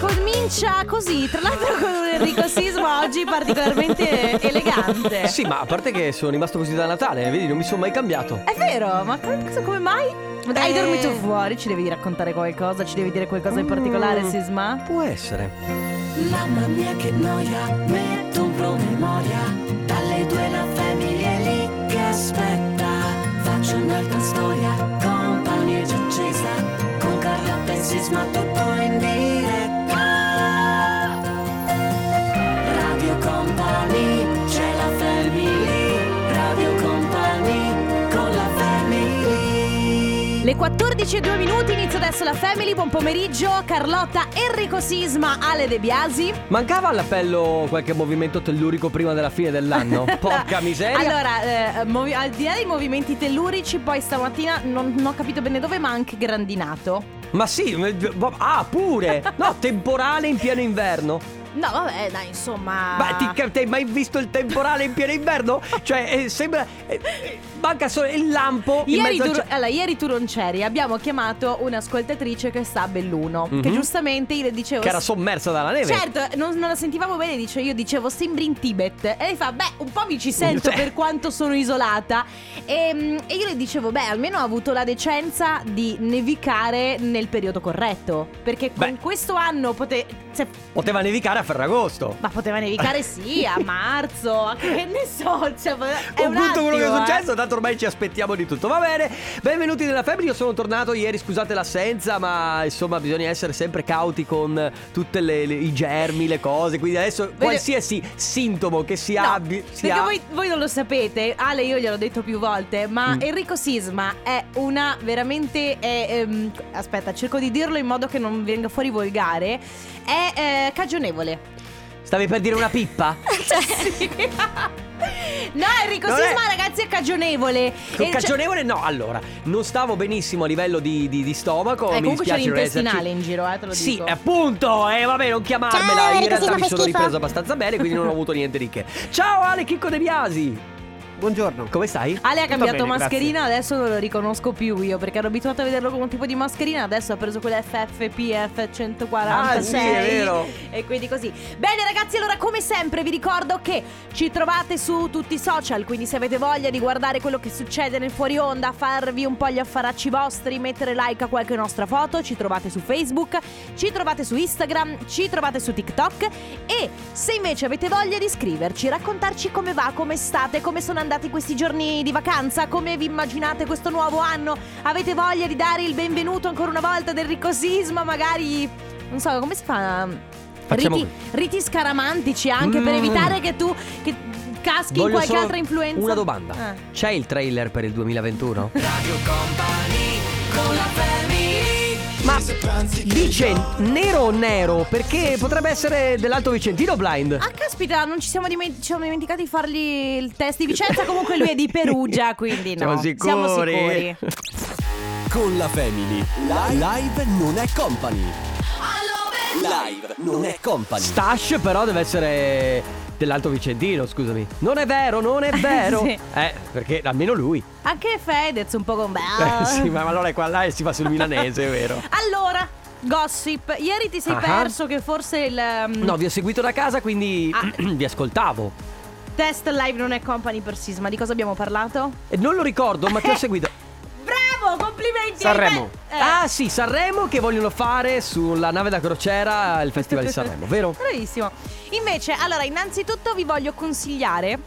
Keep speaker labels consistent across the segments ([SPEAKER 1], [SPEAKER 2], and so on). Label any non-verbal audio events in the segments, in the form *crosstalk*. [SPEAKER 1] faccia così, tra l'altro con un Enrico Sisma oggi particolarmente elegante.
[SPEAKER 2] Eh, Sì, ma a parte che sono rimasto così da Natale, vedi, non mi sono mai cambiato.
[SPEAKER 1] È vero, ma come, come mai? Hai
[SPEAKER 3] Eh.
[SPEAKER 1] dormito fuori? Ci devi raccontare qualcosa? Ci devi dire qualcosa in particolare, Sisma?
[SPEAKER 2] Può essere.
[SPEAKER 4] Mamma mia che noia, metto un promemoria, dalle due la famiglia è lì che aspetta. Faccio un'altra storia, compagnia già accesa, con Carla Pensisma tutto in diretta. Radio Company, c'è la famiglia, Radio Company, con la famiglia.
[SPEAKER 1] Le 14 e 2 minuti, inizia adesso la Family, buon pomeriggio, Carlotta, Enrico Sisma, Ale De Biasi.
[SPEAKER 2] Mancava all'appello qualche movimento tellurico prima della
[SPEAKER 1] *laughs*
[SPEAKER 2] fine dell'anno? Porca miseria.
[SPEAKER 1] Allora, eh, movi- al di là dei movimenti tellurici, poi stamattina non, non ho capito bene dove, ma anche grandinato.
[SPEAKER 2] Ma sì, ah, pure. No, temporale in pieno inverno.
[SPEAKER 1] No, vabbè, dai, insomma.
[SPEAKER 2] Ma ti, cap- ti hai mai visto il temporale in pieno inverno? Cioè, eh, sembra. eh, eh, manca solo il lampo. in
[SPEAKER 1] Ieri,
[SPEAKER 2] mezzo al
[SPEAKER 1] Tur-
[SPEAKER 2] ce-
[SPEAKER 1] allora, ieri Turonceri abbiamo chiamato un'ascoltatrice che sta a Belluno,
[SPEAKER 2] Mhm.
[SPEAKER 1] che giustamente io le dicevo...
[SPEAKER 2] che era sommersa dalla neve.
[SPEAKER 1] Certo, non, non la sentivamo bene, dice io dicevo sembri in Tibet e lei fa beh un po' mi
[SPEAKER 2] *laughs*
[SPEAKER 1] ci sento
[SPEAKER 2] Sì.
[SPEAKER 1] per quanto sono isolata e, mm, e io le dicevo beh almeno ha avuto la decenza di nevicare nel periodo corretto perché con
[SPEAKER 2] Beh.
[SPEAKER 1] questo anno pote- cioè,
[SPEAKER 2] Poteva nevicare a Ferragosto.
[SPEAKER 1] ma poteva
[SPEAKER 2] *laughs*
[SPEAKER 1] nevicare sì a marzo, a che ne so, cioè, è
[SPEAKER 2] Ho
[SPEAKER 1] un
[SPEAKER 2] tutto quello che è
[SPEAKER 1] attimo, eh.
[SPEAKER 2] successo, tanto ormai ci aspettiamo di tutto. Va bene, benvenuti nella Febbre. Io sono tornato ieri, scusate l'assenza, ma insomma, bisogna essere sempre cauti con tutti i germi, le cose. Quindi adesso qualsiasi sintomo che si
[SPEAKER 1] No,
[SPEAKER 2] abbia. si
[SPEAKER 1] perché
[SPEAKER 2] ha-
[SPEAKER 1] voi, voi non lo sapete, Ale io gliel'ho detto più volte, ma
[SPEAKER 2] Mm.
[SPEAKER 1] Enrico Sisma è una veramente... è, ehm, aspetta, cerco di dirlo in modo che non venga fuori volgare, è eh,
[SPEAKER 2] *laughs*
[SPEAKER 1] cagionevole.
[SPEAKER 2] Stavi per dire
[SPEAKER 1] *laughs*
[SPEAKER 2] una pippa?
[SPEAKER 1] Cioè, sì. No, Enrico
[SPEAKER 2] Non è-
[SPEAKER 1] Sisma, ragazzi, è cagionevole. E
[SPEAKER 2] Con
[SPEAKER 1] cioè-
[SPEAKER 2] cagionevole no, allora, non stavo benissimo a livello di, di- di stomaco.
[SPEAKER 1] eh,
[SPEAKER 2] mi
[SPEAKER 1] comunque c'è
[SPEAKER 2] dispiace
[SPEAKER 1] l'intestinale
[SPEAKER 2] resterci.
[SPEAKER 1] in giro, eh, te lo
[SPEAKER 2] Sì,
[SPEAKER 1] dico.
[SPEAKER 2] appunto, eh, vabbè, non chiamarmela.
[SPEAKER 5] Ciao,
[SPEAKER 2] In
[SPEAKER 5] Enrico, sì,
[SPEAKER 2] realtà
[SPEAKER 5] ma
[SPEAKER 2] mi
[SPEAKER 5] fa
[SPEAKER 2] sono
[SPEAKER 5] schifo.
[SPEAKER 2] ripreso abbastanza bene, quindi non ho avuto niente di che. Ciao Ale Chicco De Biasi. Buongiorno. Come stai?
[SPEAKER 1] Ale ha cambiato mascherina, adesso non lo riconosco più io perché ero abituata a vederlo con un tipo di mascherina, adesso ha preso quella FFPF 146.
[SPEAKER 2] Ah, sì, è vero.
[SPEAKER 1] E quindi così. Bene ragazzi, allora come sempre vi ricordo che ci trovate su tutti i social, quindi se avete voglia di guardare quello che succede nel fuori onda, farvi un po' gli affaracci vostri, mettere like a qualche nostra foto, ci trovate su Facebook, ci trovate su Instagram, ci trovate su TikTok e se invece avete voglia di scriverci, raccontarci come va, come state, come sono andati questi giorni di vacanza, come vi immaginate questo nuovo anno, avete voglia di dare il benvenuto ancora una volta del ricosisma, magari non so come si fa
[SPEAKER 2] Facciamo-
[SPEAKER 1] riti, riti scaramantici anche per
[SPEAKER 2] Mm.
[SPEAKER 1] evitare che tu che caschi in
[SPEAKER 2] Voglio
[SPEAKER 1] qualche
[SPEAKER 2] solo
[SPEAKER 1] altra influenza.
[SPEAKER 2] Una domanda.
[SPEAKER 1] Eh.
[SPEAKER 2] C'è il trailer per il 2021? Ma dice nero o nero perché potrebbe essere dell'Alto Vicentino blind.
[SPEAKER 1] Ah, caspita, non ci siamo, diment- ci siamo dimenticati di fargli il test di Vicenza.
[SPEAKER 2] *laughs*
[SPEAKER 1] Comunque lui è di Perugia, quindi no.
[SPEAKER 2] Siamo sicuri?
[SPEAKER 1] Siamo sicuri.
[SPEAKER 6] Con la Family. Live, non è company. Live non è company.
[SPEAKER 2] Stash però deve essere dell'Alto Vicentino, scusami. Non è vero,
[SPEAKER 1] *laughs*
[SPEAKER 2] non è vero.
[SPEAKER 1] Sì.
[SPEAKER 2] Eh, perché almeno lui.
[SPEAKER 1] Anche Fedez un po' con
[SPEAKER 2] Eh, sì, ma allora è qua là e si fa sul milanese,
[SPEAKER 1] *laughs*
[SPEAKER 2] è vero.
[SPEAKER 1] Allora, gossip. Ieri ti sei
[SPEAKER 2] Ah.
[SPEAKER 1] perso che forse il um,
[SPEAKER 2] No, vi ho seguito da casa, quindi
[SPEAKER 1] Ah.
[SPEAKER 2] *clears throat* vi ascoltavo.
[SPEAKER 1] test live non è company per Sisma. Di cosa abbiamo parlato?
[SPEAKER 2] E non lo ricordo, ma ti
[SPEAKER 1] *laughs*
[SPEAKER 2] ho seguito.
[SPEAKER 1] Bravo, complimenti.
[SPEAKER 6] Sanremo.
[SPEAKER 1] hai- eh.
[SPEAKER 2] Ah sì, Sanremo che vogliono fare sulla nave da crociera il Festival di Sanremo, vero?
[SPEAKER 1] Bravissimo. Invece, allora, innanzitutto vi voglio consigliare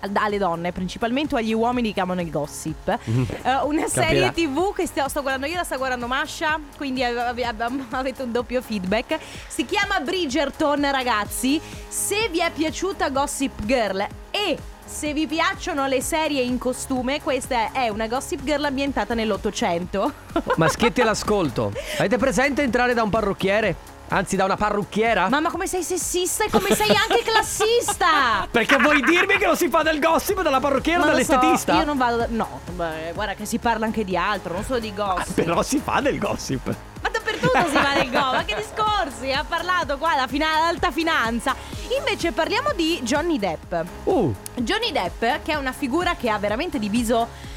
[SPEAKER 1] al- alle donne, principalmente o agli uomini che amano il
[SPEAKER 2] *laughs*
[SPEAKER 1] gossip,
[SPEAKER 2] Mm-hmm.
[SPEAKER 1] eh, una serie TV che sto, sto guardando io, la sta guardando Masha, quindi av- av- abbiamo- *laughs* avete un doppio feedback. Si chiama Bridgerton, ragazzi. Se vi è piaciuta Gossip Girl e se vi piacciono le serie in costume, questa è una Gossip Girl ambientata
[SPEAKER 2] *laughs*
[SPEAKER 1] nell'Ottocento.
[SPEAKER 2] Maschietti all'ascolto. Avete presente entrare da un parrucchiere? Anzi, da una parrucchiera?
[SPEAKER 1] Mamma, come sei sessista e come sei anche
[SPEAKER 2] *laughs*
[SPEAKER 1] classista!
[SPEAKER 2] Perché vuoi dirmi che lo si fa del gossip dalla parrucchiera o
[SPEAKER 1] Ma lo so,
[SPEAKER 2] dall'estetista?
[SPEAKER 1] io non vado. da- No, beh, guarda che si parla anche di altro, non solo di gossip.
[SPEAKER 2] *laughs* Però si fa del gossip.
[SPEAKER 1] Ma dappertutto si va del go, ma che discorsi? Ha parlato qua la fina- alta finanza. Invece parliamo di Johnny Depp.
[SPEAKER 2] Uh,
[SPEAKER 1] Johnny Depp, che è una figura che ha veramente diviso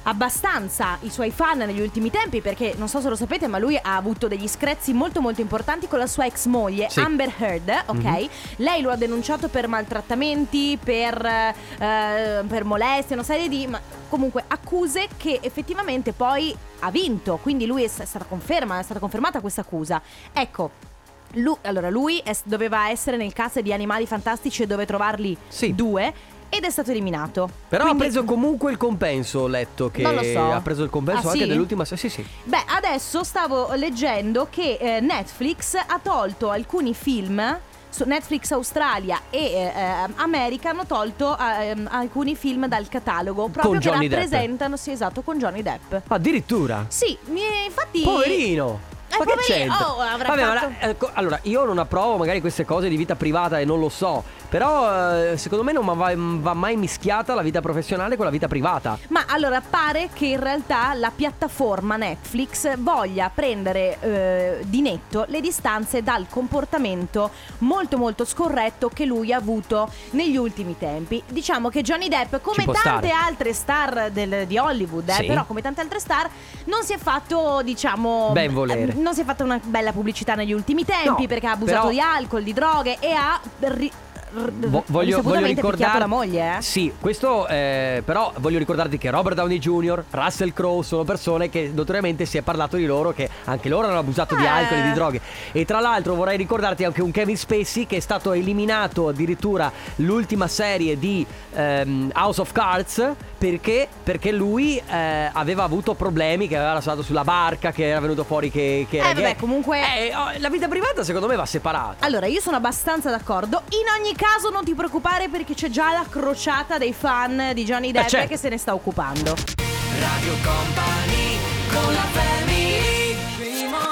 [SPEAKER 1] abbastanza i suoi fan negli ultimi tempi perché non so se lo sapete ma lui ha avuto degli screzi molto molto importanti con la sua ex moglie
[SPEAKER 2] Sì.
[SPEAKER 1] Amber Heard, ok? Lei lo ha denunciato per maltrattamenti, per, eh, per molestie, una serie di ma- comunque accuse che effettivamente poi ha vinto, quindi lui è s- è stata conferma, è stata confermata questa accusa. Ecco Lu- allora, lui è- doveva essere nel cast di Animali Fantastici e dove trovarli
[SPEAKER 2] Sì.
[SPEAKER 1] due ed è stato eliminato.
[SPEAKER 2] Però
[SPEAKER 1] Quindi-
[SPEAKER 2] ha preso comunque il compenso, ho letto che
[SPEAKER 1] Non lo so.
[SPEAKER 2] ha preso il compenso
[SPEAKER 1] Ah,
[SPEAKER 2] anche
[SPEAKER 1] sì?
[SPEAKER 2] dell'ultima se- Sì, sì.
[SPEAKER 1] Beh, adesso stavo leggendo che eh, Netflix ha tolto alcuni film. su Netflix Australia e eh, ehm, America hanno tolto ehm, alcuni film dal catalogo proprio
[SPEAKER 2] Con
[SPEAKER 1] che
[SPEAKER 2] Johnny Depp.
[SPEAKER 1] rappresentano, sì, esatto, con Johnny Depp.
[SPEAKER 2] Addirittura.
[SPEAKER 1] Sì, mi- infatti
[SPEAKER 2] Poverino.
[SPEAKER 1] Eh,
[SPEAKER 2] ma che
[SPEAKER 1] poverino,
[SPEAKER 2] c'entra?
[SPEAKER 1] oh, avrà
[SPEAKER 2] Vabbè,
[SPEAKER 1] fatto-
[SPEAKER 2] ma la- ecco, allora, io non approvo magari queste cose di vita privata e non lo so. Però eh, secondo me non ma- va, va mai mischiata la vita professionale con la vita privata.
[SPEAKER 1] Ma allora pare che in realtà la piattaforma Netflix voglia prendere eh, di netto le distanze dal comportamento molto molto scorretto che lui ha avuto negli ultimi tempi. Diciamo che Johnny Depp, come
[SPEAKER 2] Ci può
[SPEAKER 1] tante
[SPEAKER 2] stare.
[SPEAKER 1] altre star del- di Hollywood, eh,
[SPEAKER 2] Sì.
[SPEAKER 1] però come tante altre star, non si è fatto, diciamo,
[SPEAKER 2] Ben volere.
[SPEAKER 1] eh, non si è fatta una bella pubblicità negli ultimi tempi
[SPEAKER 2] No,
[SPEAKER 1] perché ha abusato
[SPEAKER 2] però-
[SPEAKER 1] di alcol, di droghe e ha ri- r-
[SPEAKER 2] Vo- voglio, voglio
[SPEAKER 1] risaputamente picchiato
[SPEAKER 2] ricordare
[SPEAKER 1] la moglie, eh.
[SPEAKER 2] Sì, questo eh, però voglio ricordarti che Robert Downey Jr., Russell Crowe sono persone che notoriamente si è parlato di loro che anche loro hanno abusato di
[SPEAKER 1] Eh.
[SPEAKER 2] alcol e di droghe. E tra l'altro vorrei ricordarti anche un Kevin Spacey che è stato eliminato addirittura l'ultima serie di ehm, House of Cards perché, perché lui eh, aveva avuto problemi che aveva lasciato sulla barca, che era venuto fuori che, che era
[SPEAKER 1] Eh, vabbè,
[SPEAKER 2] gay.
[SPEAKER 1] comunque-
[SPEAKER 2] Eh, oh, la vita privata secondo me va separata.
[SPEAKER 1] Allora, io sono abbastanza d'accordo. In ogni caso, non ti preoccupare perché c'è già la crociata dei fan di Johnny Depp
[SPEAKER 2] certo.
[SPEAKER 1] che se ne sta occupando.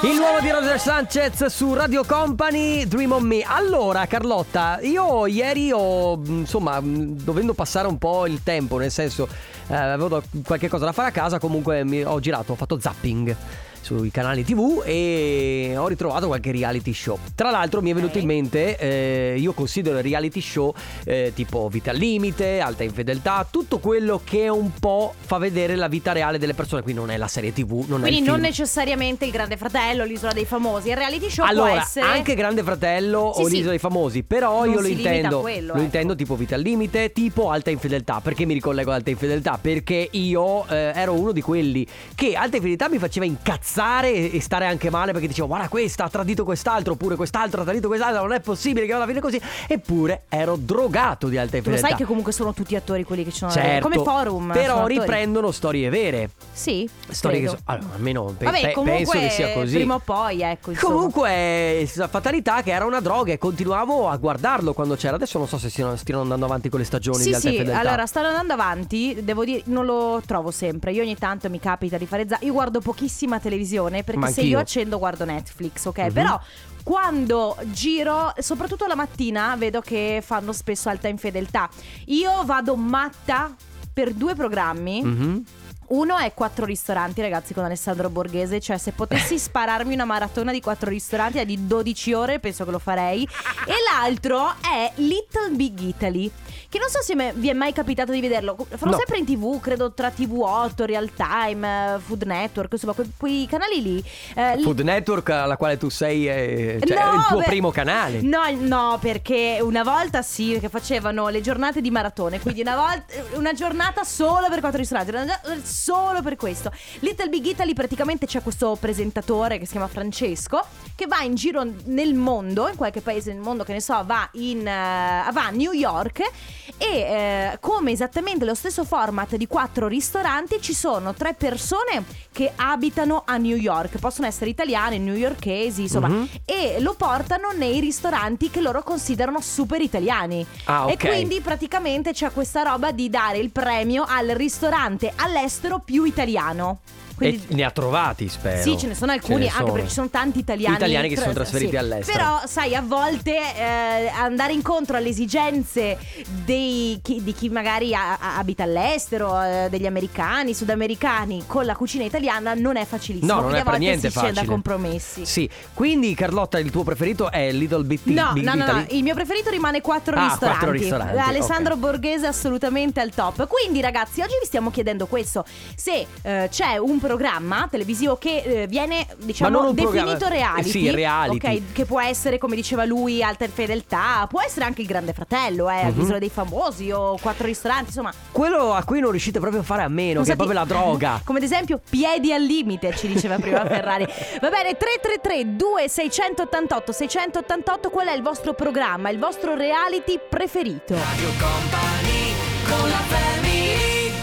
[SPEAKER 2] Il nuovo di Roger Sanchez su Radio Company, Dream on Me. Allora, Carlotta, io ieri ho, mh, insomma, mh, dovendo passare un po' il tempo, nel senso, eh, avevo da- qualche cosa da fare a casa, comunque mi- ho girato, ho fatto zapping sui canali TV e ho ritrovato qualche reality show. Tra l'altro mi è venuto
[SPEAKER 1] Ok.
[SPEAKER 2] in mente, eh, io considero i reality show eh, tipo Vita al Limite, Alta Infedeltà, tutto quello che un po' fa vedere la vita reale delle persone, quindi non è la serie TV, non è il
[SPEAKER 1] Quindi non
[SPEAKER 2] film.
[SPEAKER 1] necessariamente il Grande Fratello, l'isola dei famosi. Il reality show
[SPEAKER 2] Allora,
[SPEAKER 1] può essere.
[SPEAKER 2] anche Grande Fratello
[SPEAKER 1] Sì,
[SPEAKER 2] o
[SPEAKER 1] sì.
[SPEAKER 2] l'Isola dei Famosi, però
[SPEAKER 1] Non
[SPEAKER 2] io lo
[SPEAKER 1] si limita a
[SPEAKER 2] intendo,
[SPEAKER 1] quello,
[SPEAKER 2] lo
[SPEAKER 1] ecco.
[SPEAKER 2] intendo tipo vita al limite, tipo alta infedeltà. Perché mi ricollego ad alta infedeltà? Perché io eh, ero uno di quelli che alta infedeltà mi faceva incazzare e e stare anche male perché dicevo guarda questa ha tradito quest'altro, oppure quest'altro ha tradito quest'altro, non è possibile che alla fine così. Eppure ero drogato di alta
[SPEAKER 1] Tu lo
[SPEAKER 2] infedeltà.
[SPEAKER 1] sai che comunque sono tutti attori quelli che ci sono. eh,
[SPEAKER 2] Certo,
[SPEAKER 1] come forum. sono
[SPEAKER 2] Però
[SPEAKER 1] attori.
[SPEAKER 2] riprendono storie vere.
[SPEAKER 1] Sì.
[SPEAKER 2] Storie che
[SPEAKER 1] credo.
[SPEAKER 2] so- allora, almeno pe-
[SPEAKER 1] Vabbè,
[SPEAKER 2] pe-
[SPEAKER 1] comunque,
[SPEAKER 2] penso che sia così.
[SPEAKER 1] Prima o poi, ecco. insomma.
[SPEAKER 2] Comunque, sa- fatalità che era una droga e continuavo a guardarlo quando c'era. Adesso non so se stiano, stiano andando avanti con le stagioni
[SPEAKER 1] Sì,
[SPEAKER 2] di Alta
[SPEAKER 1] sì,
[SPEAKER 2] Fedeltà.
[SPEAKER 1] allora stanno andando avanti, devo dire, non lo trovo sempre. Io ogni tanto mi capita di fare za- Io guardo pochissima televisione perché
[SPEAKER 2] Ma
[SPEAKER 1] se
[SPEAKER 2] anch'io.
[SPEAKER 1] io accendo guardo Netflix, ok?
[SPEAKER 2] Mhm.
[SPEAKER 1] Però quando giro, soprattutto la mattina, vedo che fanno spesso alta infedeltà. Io vado matta per due programmi.
[SPEAKER 2] Mhm.
[SPEAKER 1] Uno è Quattro ristoranti, ragazzi, con Alessandro Borghese. Cioè, se
[SPEAKER 2] *laughs*
[SPEAKER 1] potessi spararmi una maratona di quattro ristoranti è di 12 ore, penso che lo farei. E l'altro è Little Big Italy. Che non so se me- vi è mai capitato di vederlo. Fanno
[SPEAKER 2] No.
[SPEAKER 1] sempre in tv, credo tra TV8, Real Time, eh, Food Network, insomma, que- quei canali lì. Eh, li-
[SPEAKER 2] Food Network, alla quale tu sei, eh, cioè,
[SPEAKER 1] No,
[SPEAKER 2] è il tuo
[SPEAKER 1] beh-
[SPEAKER 2] primo canale.
[SPEAKER 1] No, no, perché una volta sì, perché facevano le giornate di maratone, quindi una, volta, una giornata solo per quattro ristoranti, una giornata eh, solo per questo. Little Big Italy praticamente c'è questo presentatore che si chiama Francesco, che va in giro nel mondo, in qualche paese del mondo, che ne so, va, in, eh, va a New York e eh, come esattamente lo stesso format di quattro ristoranti ci sono tre persone che abitano a New York, possono essere italiane, newyorkesi, insomma,
[SPEAKER 2] Mhm.
[SPEAKER 1] e lo portano nei ristoranti che loro considerano super italiani.
[SPEAKER 2] Ah, ok.
[SPEAKER 1] E quindi praticamente c'è questa roba di dare il premio al ristorante all'estero più italiano. Quindi-
[SPEAKER 2] E ne ha trovati, spero.
[SPEAKER 1] Sì, ce ne sono alcuni,
[SPEAKER 2] ne
[SPEAKER 1] anche
[SPEAKER 2] sono.
[SPEAKER 1] perché ci sono tanti italiani.
[SPEAKER 2] Italiani che si sono trasferiti
[SPEAKER 1] sì.
[SPEAKER 2] all'estero.
[SPEAKER 1] Però, sai, a volte eh, andare incontro alle esigenze dei, chi- di chi magari ha- ha- abita all'estero, eh, degli americani, sudamericani, con la cucina italiana non è facilissimo.
[SPEAKER 2] No, non
[SPEAKER 1] Quindi
[SPEAKER 2] è
[SPEAKER 1] a
[SPEAKER 2] per
[SPEAKER 1] volte
[SPEAKER 2] niente
[SPEAKER 1] si
[SPEAKER 2] facile.
[SPEAKER 1] scende a compromessi.
[SPEAKER 2] Sì, quindi Carlotta, il tuo preferito è Little Bit
[SPEAKER 1] No,
[SPEAKER 2] Big
[SPEAKER 1] no, no,
[SPEAKER 2] Italy?
[SPEAKER 1] no, il mio preferito rimane quattro
[SPEAKER 2] Ah,
[SPEAKER 1] ristoranti.
[SPEAKER 2] quattro ristoranti,
[SPEAKER 1] Alessandro
[SPEAKER 2] ok.
[SPEAKER 1] Borghese assolutamente al top. Quindi ragazzi, oggi vi stiamo chiedendo questo, se eh, c'è un programma televisivo che eh, viene
[SPEAKER 2] Ma non
[SPEAKER 1] diciamo
[SPEAKER 2] un
[SPEAKER 1] definito
[SPEAKER 2] programma- eh,
[SPEAKER 1] reality,
[SPEAKER 2] sì, reality.
[SPEAKER 1] ok, che può essere come diceva lui Alter Fedeltà, può essere anche il Grande Fratello,
[SPEAKER 2] Mhm.
[SPEAKER 1] eh, Isola dei Famosi o quattro ristoranti, insomma,
[SPEAKER 2] Quello a cui non riuscite proprio a fare a meno,
[SPEAKER 1] non
[SPEAKER 2] che è
[SPEAKER 1] so
[SPEAKER 2] proprio la
[SPEAKER 1] chi-
[SPEAKER 2] droga.
[SPEAKER 1] *laughs* Come ad esempio piedi al limite, ci diceva prima *laughs* Ferrari. Va bene, 333 2688 688 qual è il vostro programma, il vostro reality preferito?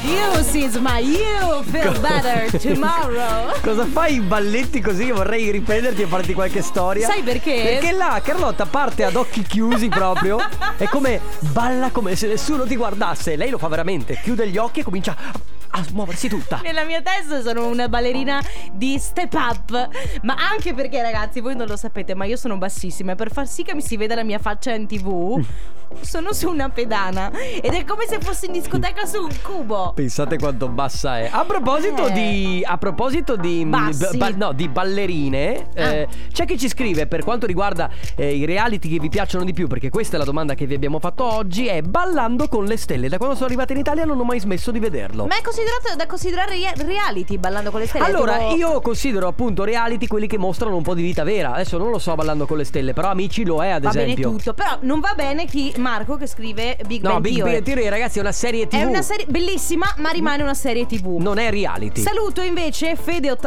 [SPEAKER 1] You is my you feel
[SPEAKER 2] *laughs*
[SPEAKER 1] better tomorrow.
[SPEAKER 2] Cosa fai i balletti così? Vorrei riprenderti e farti qualche storia.
[SPEAKER 1] Sai perché?
[SPEAKER 2] Perché là Carlotta parte ad occhi chiusi proprio. è come balla come se nessuno ti guardasse. Lei lo fa veramente. Chiude gli occhi e comincia a, a muoversi tutta.
[SPEAKER 1] Nella mia testa sono una ballerina di step up. Ma anche perché, ragazzi, voi non lo sapete, ma io sono bassissima. E per far sì che mi si veda la mia faccia in tv, sono su una pedana. Ed è come se fossi in discoteca su un cubo.
[SPEAKER 2] Pensate quanto bassa è. A proposito
[SPEAKER 1] Eh.
[SPEAKER 2] di. A proposito di. mm,
[SPEAKER 1] Bassi. Ah.
[SPEAKER 2] no, di ballerine. eh, c'è chi ci scrive per quanto riguarda eh, i reality che vi piacciono di più. Perché questa è la domanda che vi abbiamo fatto oggi. È ballando con le stelle. Da quando sono arrivata in Italia non ho mai smesso di vederlo.
[SPEAKER 1] Ma è considerato da considerare rea- reality ballando con le stelle?
[SPEAKER 2] Allora,
[SPEAKER 1] tipo-
[SPEAKER 2] io considero appunto reality quelli che mostrano un po' di vita vera. Adesso non lo so ballando con le stelle, però amici lo è, ad
[SPEAKER 1] Va bene
[SPEAKER 2] esempio.
[SPEAKER 1] tutto, però non va bene chi Marco che scrive Big
[SPEAKER 2] No,
[SPEAKER 1] Bang
[SPEAKER 2] Big
[SPEAKER 1] Theory.
[SPEAKER 2] Bang Theory, ragazzi, è una serie TV.
[SPEAKER 1] eh. È una serie bellissima, ma rimane una serie TV.
[SPEAKER 2] Non è reality.
[SPEAKER 1] Saluto invece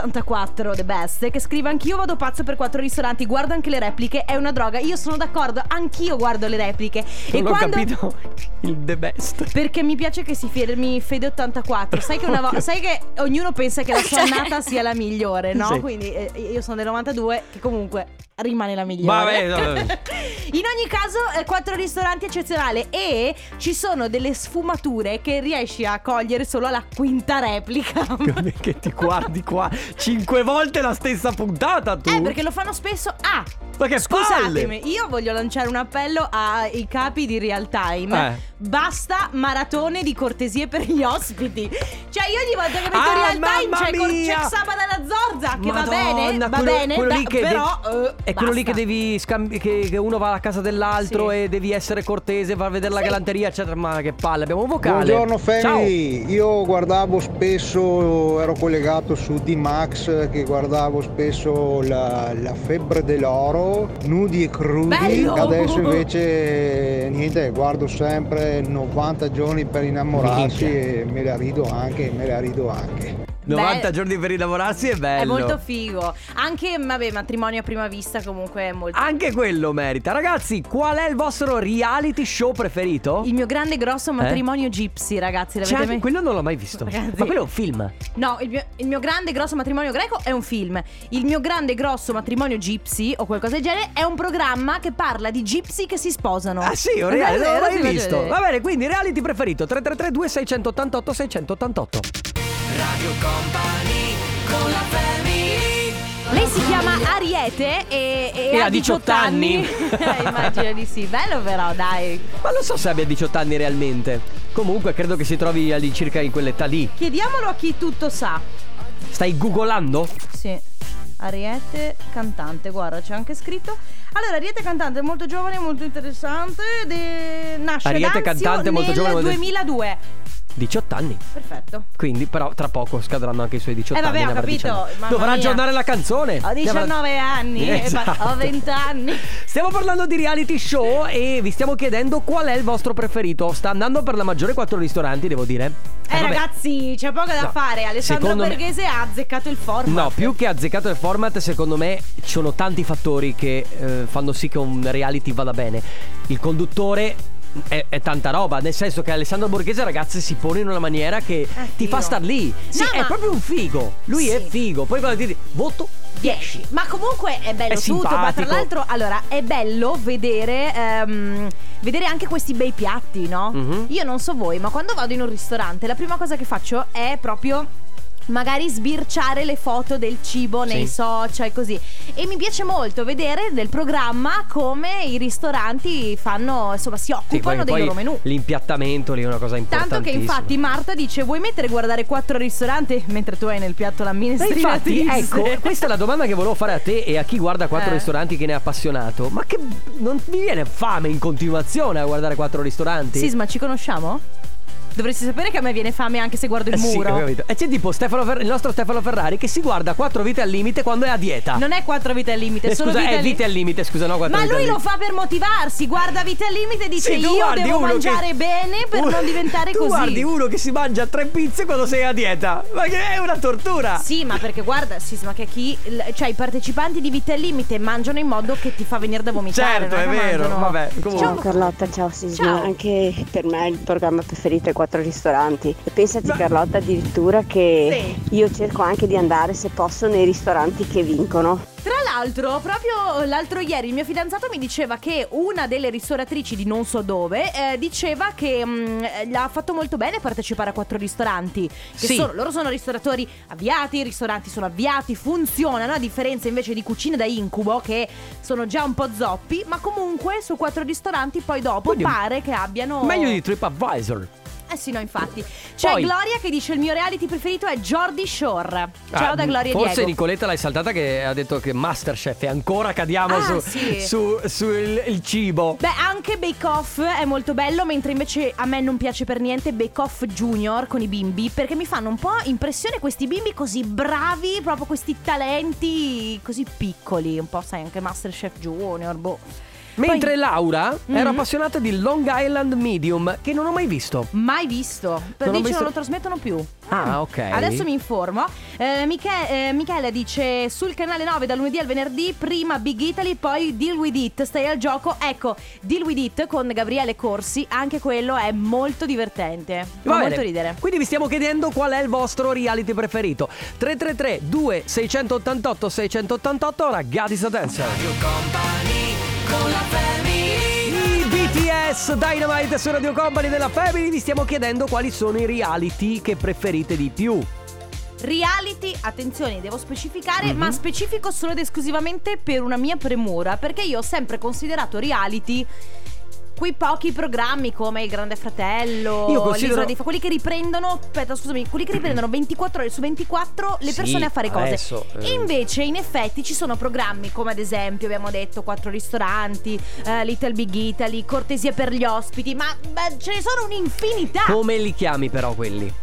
[SPEAKER 1] Fede84 The Best che scrive anch'io vado pazzo per quattro ristoranti, guardo anche le repliche, è una droga. Io sono d'accordo, anch'io guardo le repliche.
[SPEAKER 2] non
[SPEAKER 1] e
[SPEAKER 2] ho
[SPEAKER 1] quando
[SPEAKER 2] capito *laughs* il the best.
[SPEAKER 1] perché mi piace che si fermi Fede84. Sai che,
[SPEAKER 2] *laughs*
[SPEAKER 1] una vo- sai che ognuno pensa che la sua annata sia la migliore, no?
[SPEAKER 2] Cioè. Sì.
[SPEAKER 1] Quindi eh, io sono del 92 che comunque rimane la migliore.
[SPEAKER 2] Vabbè, vabbè.
[SPEAKER 1] *laughs* In ogni caso, eh, quattro ristoranti eccezionali e ci sono delle sfumature che riesci a cogliere solo alla quinta replica. *laughs* Eh,
[SPEAKER 2] Come *laughs* che ti guardi qua cinque volte la stessa puntata tu?
[SPEAKER 1] Eh, perché lo fanno spesso. Ah,
[SPEAKER 2] Ma che
[SPEAKER 1] scusatemi, io voglio lanciare un appello ai capi di real time.
[SPEAKER 2] Eh.
[SPEAKER 1] Basta maratone di cortesie per gli ospiti. Cioè, io ogni volta che metto
[SPEAKER 2] Ah,
[SPEAKER 1] real time
[SPEAKER 2] mamma
[SPEAKER 1] c'è, cor- c'è
[SPEAKER 2] mia!
[SPEAKER 1] Sabato alla Zorza. Che
[SPEAKER 2] Madonna,
[SPEAKER 1] va bene, va
[SPEAKER 2] quello-
[SPEAKER 1] bene,
[SPEAKER 2] quello
[SPEAKER 1] da-
[SPEAKER 2] lì che
[SPEAKER 1] però.
[SPEAKER 2] devi-
[SPEAKER 1] eh,
[SPEAKER 2] è quello lì
[SPEAKER 1] basta.
[SPEAKER 2] che devi scambi- che, che uno va alla casa dell'altro
[SPEAKER 1] Sì.
[SPEAKER 2] e devi essere cortese, far vedere la
[SPEAKER 1] Sì.
[SPEAKER 2] galanteria, eccetera. Ma che palle, abbiamo un vocale.
[SPEAKER 3] Buongiorno
[SPEAKER 2] Ciao.
[SPEAKER 3] Femi, io guardavo spesso, ero collegato su D-Max che guardavo spesso la, la febbre dell'oro, nudi e crudi,
[SPEAKER 1] Bello!
[SPEAKER 3] adesso invece niente, guardo sempre 90 giorni per innamorarsi e me la rido anche, me la rido anche.
[SPEAKER 2] 90
[SPEAKER 1] Beh,
[SPEAKER 2] giorni per innamorarsi è bello.
[SPEAKER 1] È molto figo. Anche, vabbè, matrimonio a prima vista comunque è molto.
[SPEAKER 2] Anche quello merita. Ragazzi, qual è il vostro reality show preferito?
[SPEAKER 1] Il mio grande grosso
[SPEAKER 2] Eh?
[SPEAKER 1] matrimonio gypsy, ragazzi.
[SPEAKER 2] C'è
[SPEAKER 1] L'avete
[SPEAKER 2] anche-
[SPEAKER 1] mai...
[SPEAKER 2] Quello non l'ho mai visto.
[SPEAKER 1] Ragazzi.
[SPEAKER 2] Ma quello è un film.
[SPEAKER 1] No, il mio, il mio grande grosso matrimonio greco è un film. Il mio grande grosso matrimonio gypsy o qualcosa del genere è un programma che parla di gypsy che si sposano.
[SPEAKER 2] Ah sì, un
[SPEAKER 1] Allora,
[SPEAKER 2] reality, non l'ho
[SPEAKER 1] allora
[SPEAKER 2] mai
[SPEAKER 1] ti faccio
[SPEAKER 2] visto.
[SPEAKER 1] vedere.
[SPEAKER 2] Va bene, quindi reality preferito 333 2688 688.
[SPEAKER 1] Lei si chiama Ariete e, e
[SPEAKER 2] E
[SPEAKER 1] ha
[SPEAKER 2] ha 18 anni.
[SPEAKER 1] Eh, *laughs* Immagino di sì. Bello però, dai.
[SPEAKER 2] Ma non so se abbia 18 anni realmente. Comunque credo che si trovi all'incirca in quell'età lì.
[SPEAKER 1] Chiediamolo a chi tutto sa.
[SPEAKER 2] Stai googolando?
[SPEAKER 1] Sì. Ariete cantante, guarda, c'è anche scritto. Allora, Ariete cantante molto giovane, molto interessante. de- Nasce
[SPEAKER 2] Ariete
[SPEAKER 1] ad Anzio
[SPEAKER 2] cantante, molto
[SPEAKER 1] nel
[SPEAKER 2] giovane, molto-
[SPEAKER 1] 2002.
[SPEAKER 2] 18 anni.
[SPEAKER 1] Perfetto.
[SPEAKER 2] Quindi però tra poco scadranno anche i suoi 18
[SPEAKER 1] Eh, vabbè,
[SPEAKER 2] anni.
[SPEAKER 1] ho
[SPEAKER 2] ne avrà
[SPEAKER 1] capito,
[SPEAKER 2] 19.
[SPEAKER 1] mamma
[SPEAKER 2] Dovrà
[SPEAKER 1] mia.
[SPEAKER 2] aggiornare la canzone.
[SPEAKER 1] Ho
[SPEAKER 2] Ne avrà-
[SPEAKER 1] 19 anni, eh,
[SPEAKER 2] Esatto.
[SPEAKER 1] ma ho 20 anni.
[SPEAKER 2] Stiamo parlando di reality show e vi stiamo chiedendo qual è il vostro preferito. Sta andando per la maggiore quattro ristoranti, devo dire.
[SPEAKER 1] Eh,
[SPEAKER 2] vabbè.
[SPEAKER 1] ragazzi, c'è poco da
[SPEAKER 2] No,
[SPEAKER 1] fare. Alessandro
[SPEAKER 2] secondo me-
[SPEAKER 1] Borghese ha azzeccato il format.
[SPEAKER 2] No, più che azzeccato il format, secondo me ci sono tanti fattori che eh, fanno sì che un reality vada bene. Il conduttore è, è tanta roba, nel senso che Alessandro Borghese, ragazzi, si pone in una maniera che ti fa
[SPEAKER 1] figo.
[SPEAKER 2] star lì. Sì,
[SPEAKER 1] No,
[SPEAKER 2] è
[SPEAKER 1] ma-
[SPEAKER 2] proprio un figo. Lui è
[SPEAKER 1] Sì.
[SPEAKER 2] figo. Poi quando ti dici voto 10.
[SPEAKER 1] Ma comunque è bello
[SPEAKER 2] È
[SPEAKER 1] tutto. Ma tra
[SPEAKER 2] simpatico.
[SPEAKER 1] l'altro, allora, è bello vedere, ehm, vedere anche questi bei piatti, no?
[SPEAKER 2] Mhm.
[SPEAKER 1] Io non so voi, ma quando vado in un ristorante, la prima cosa che faccio è proprio magari sbirciare le foto del cibo nei
[SPEAKER 2] Sì.
[SPEAKER 1] social così. E mi piace molto vedere del programma come i ristoranti fanno, insomma, si
[SPEAKER 2] Sì, poi,
[SPEAKER 1] occupano dei
[SPEAKER 2] poi
[SPEAKER 1] loro menù.
[SPEAKER 2] L'impiattamento lì è una cosa
[SPEAKER 1] Tanto che
[SPEAKER 2] importantissima.
[SPEAKER 1] infatti Marta dice vuoi mettere a guardare quattro ristoranti *laughs* mentre tu hai nel piatto la
[SPEAKER 2] Ma
[SPEAKER 1] minestrina
[SPEAKER 2] infatti,
[SPEAKER 1] triste?"
[SPEAKER 2] ecco, questa è la domanda che volevo fare a te e a chi guarda quattro
[SPEAKER 1] Eh.
[SPEAKER 2] ristoranti che ne è appassionato. Ma che non mi viene fame in continuazione a guardare quattro ristoranti?
[SPEAKER 1] Sisma, ci conosciamo? Dovresti sapere che a me viene fame anche se guardo il
[SPEAKER 2] Eh sì, ho
[SPEAKER 1] muro.
[SPEAKER 2] capito. E c'è tipo Stefano Fer- il nostro Stefano Ferrari che si guarda quattro vite al limite quando è a dieta.
[SPEAKER 1] non è quattro vite al limite,
[SPEAKER 2] Eh,
[SPEAKER 1] sono
[SPEAKER 2] scusa,
[SPEAKER 1] vite
[SPEAKER 2] è
[SPEAKER 1] al
[SPEAKER 2] vite
[SPEAKER 1] limite.
[SPEAKER 2] al limite, scusa, no, quattro
[SPEAKER 1] Ma
[SPEAKER 2] vite al
[SPEAKER 1] lui lo
[SPEAKER 2] limite.
[SPEAKER 1] fa per motivarsi, guarda vite al limite e dice
[SPEAKER 2] Sì, tu
[SPEAKER 1] io
[SPEAKER 2] guardi
[SPEAKER 1] devo
[SPEAKER 2] uno che- *laughs*
[SPEAKER 1] mangiare bene per
[SPEAKER 2] uno-
[SPEAKER 1] non diventare
[SPEAKER 2] tu
[SPEAKER 1] così.
[SPEAKER 2] guardi uno che si mangia tre pizze quando sei a dieta. Ma che è una tortura.
[SPEAKER 1] Sì, ma perché guarda, Sisma, che chi. l- Cioè, i partecipanti di Vita al Limite mangiano in modo che ti fa venire da vomitare.
[SPEAKER 2] Certo,
[SPEAKER 1] non
[SPEAKER 2] è
[SPEAKER 1] che
[SPEAKER 2] vero,
[SPEAKER 1] mangiano-
[SPEAKER 2] vabbè,
[SPEAKER 1] Ciao,
[SPEAKER 2] comunque.
[SPEAKER 5] Ciao Carlotta, ciao Sisma,
[SPEAKER 1] Ciao.
[SPEAKER 5] anche per me il programma preferito è Quattro Ristoranti e pensati
[SPEAKER 2] Ma-
[SPEAKER 5] Carlotta addirittura che io cerco anche di andare se posso nei ristoranti che vincono.
[SPEAKER 1] Tra l'altro, proprio l'altro ieri il mio fidanzato mi diceva che una delle ristoratrici di non so dove eh, diceva che mh, gli ha fatto molto bene partecipare a quattro ristoranti. Che
[SPEAKER 2] Sì.
[SPEAKER 1] sono- loro sono ristoratori avviati, i ristoranti sono avviati, funzionano, a differenza invece di cucine da incubo che sono già un po' zoppi, ma comunque su quattro ristoranti poi dopo
[SPEAKER 2] Quindi-
[SPEAKER 1] pare che abbiano...
[SPEAKER 2] Meglio di TripAdvisor.
[SPEAKER 1] Eh sì, no, infatti. C'è
[SPEAKER 2] Poi-
[SPEAKER 1] Gloria che dice il mio reality preferito è Jordi Shore. Ciao
[SPEAKER 2] Ah,
[SPEAKER 1] da Gloria e
[SPEAKER 2] Forse
[SPEAKER 1] Diego.
[SPEAKER 2] Nicoletta l'hai saltata che ha detto che Masterchef e ancora cadiamo
[SPEAKER 1] Ah,
[SPEAKER 2] su,
[SPEAKER 1] sì.
[SPEAKER 2] su- sul il cibo.
[SPEAKER 1] Beh, anche Bake Off è molto bello, mentre invece a me non piace per niente Bake Off Junior con i bimbi, perché mi fanno un po' impressione questi bimbi così bravi, proprio questi talenti così piccoli, un po' sai anche Masterchef Junior, boh.
[SPEAKER 2] Mentre
[SPEAKER 1] Poi-
[SPEAKER 2] Laura era
[SPEAKER 1] Mhm.
[SPEAKER 2] appassionata di Long Island Medium che non ho mai visto.
[SPEAKER 1] Mai visto, per
[SPEAKER 2] Non ho
[SPEAKER 1] dice
[SPEAKER 2] visto-
[SPEAKER 1] non lo trasmettono più.
[SPEAKER 2] Ah, ok.
[SPEAKER 1] Adesso mi informo. Eh, Miche- eh, Michele dice sul canale 9 dal lunedì al venerdì, prima Big Italy, poi Deal with It, stai al gioco. Ecco, Deal with It con Gabriele Corsi, anche quello è molto divertente. Fa
[SPEAKER 2] Va bene.
[SPEAKER 1] molto ridere.
[SPEAKER 2] Quindi vi stiamo chiedendo qual è il vostro reality preferito. 333 2688 688 ora Gadis Dancer. I BTS Dynamite su Radio Company della Family vi stiamo chiedendo quali sono i reality che preferite di più.
[SPEAKER 1] Reality, attenzione, devo specificare,
[SPEAKER 2] Mhm.
[SPEAKER 1] ma specifico solo ed esclusivamente per una mia premura, perché io ho sempre considerato reality quei pochi programmi come Il Grande Fratello,
[SPEAKER 2] Io considero-
[SPEAKER 1] l'Isola dei Fa, quelli che riprendono, aspetta, scusami, quelli che riprendono 24 ore su 24 le
[SPEAKER 2] Sì,
[SPEAKER 1] persone a fare cose.
[SPEAKER 2] adesso, eh.
[SPEAKER 1] Invece, in effetti, ci sono programmi come ad esempio, abbiamo detto, Quattro Ristoranti, eh, Little Big Italy, Cortesia per gli ospiti, ma beh, ce ne sono un'infinità.
[SPEAKER 2] Come li chiami però quelli?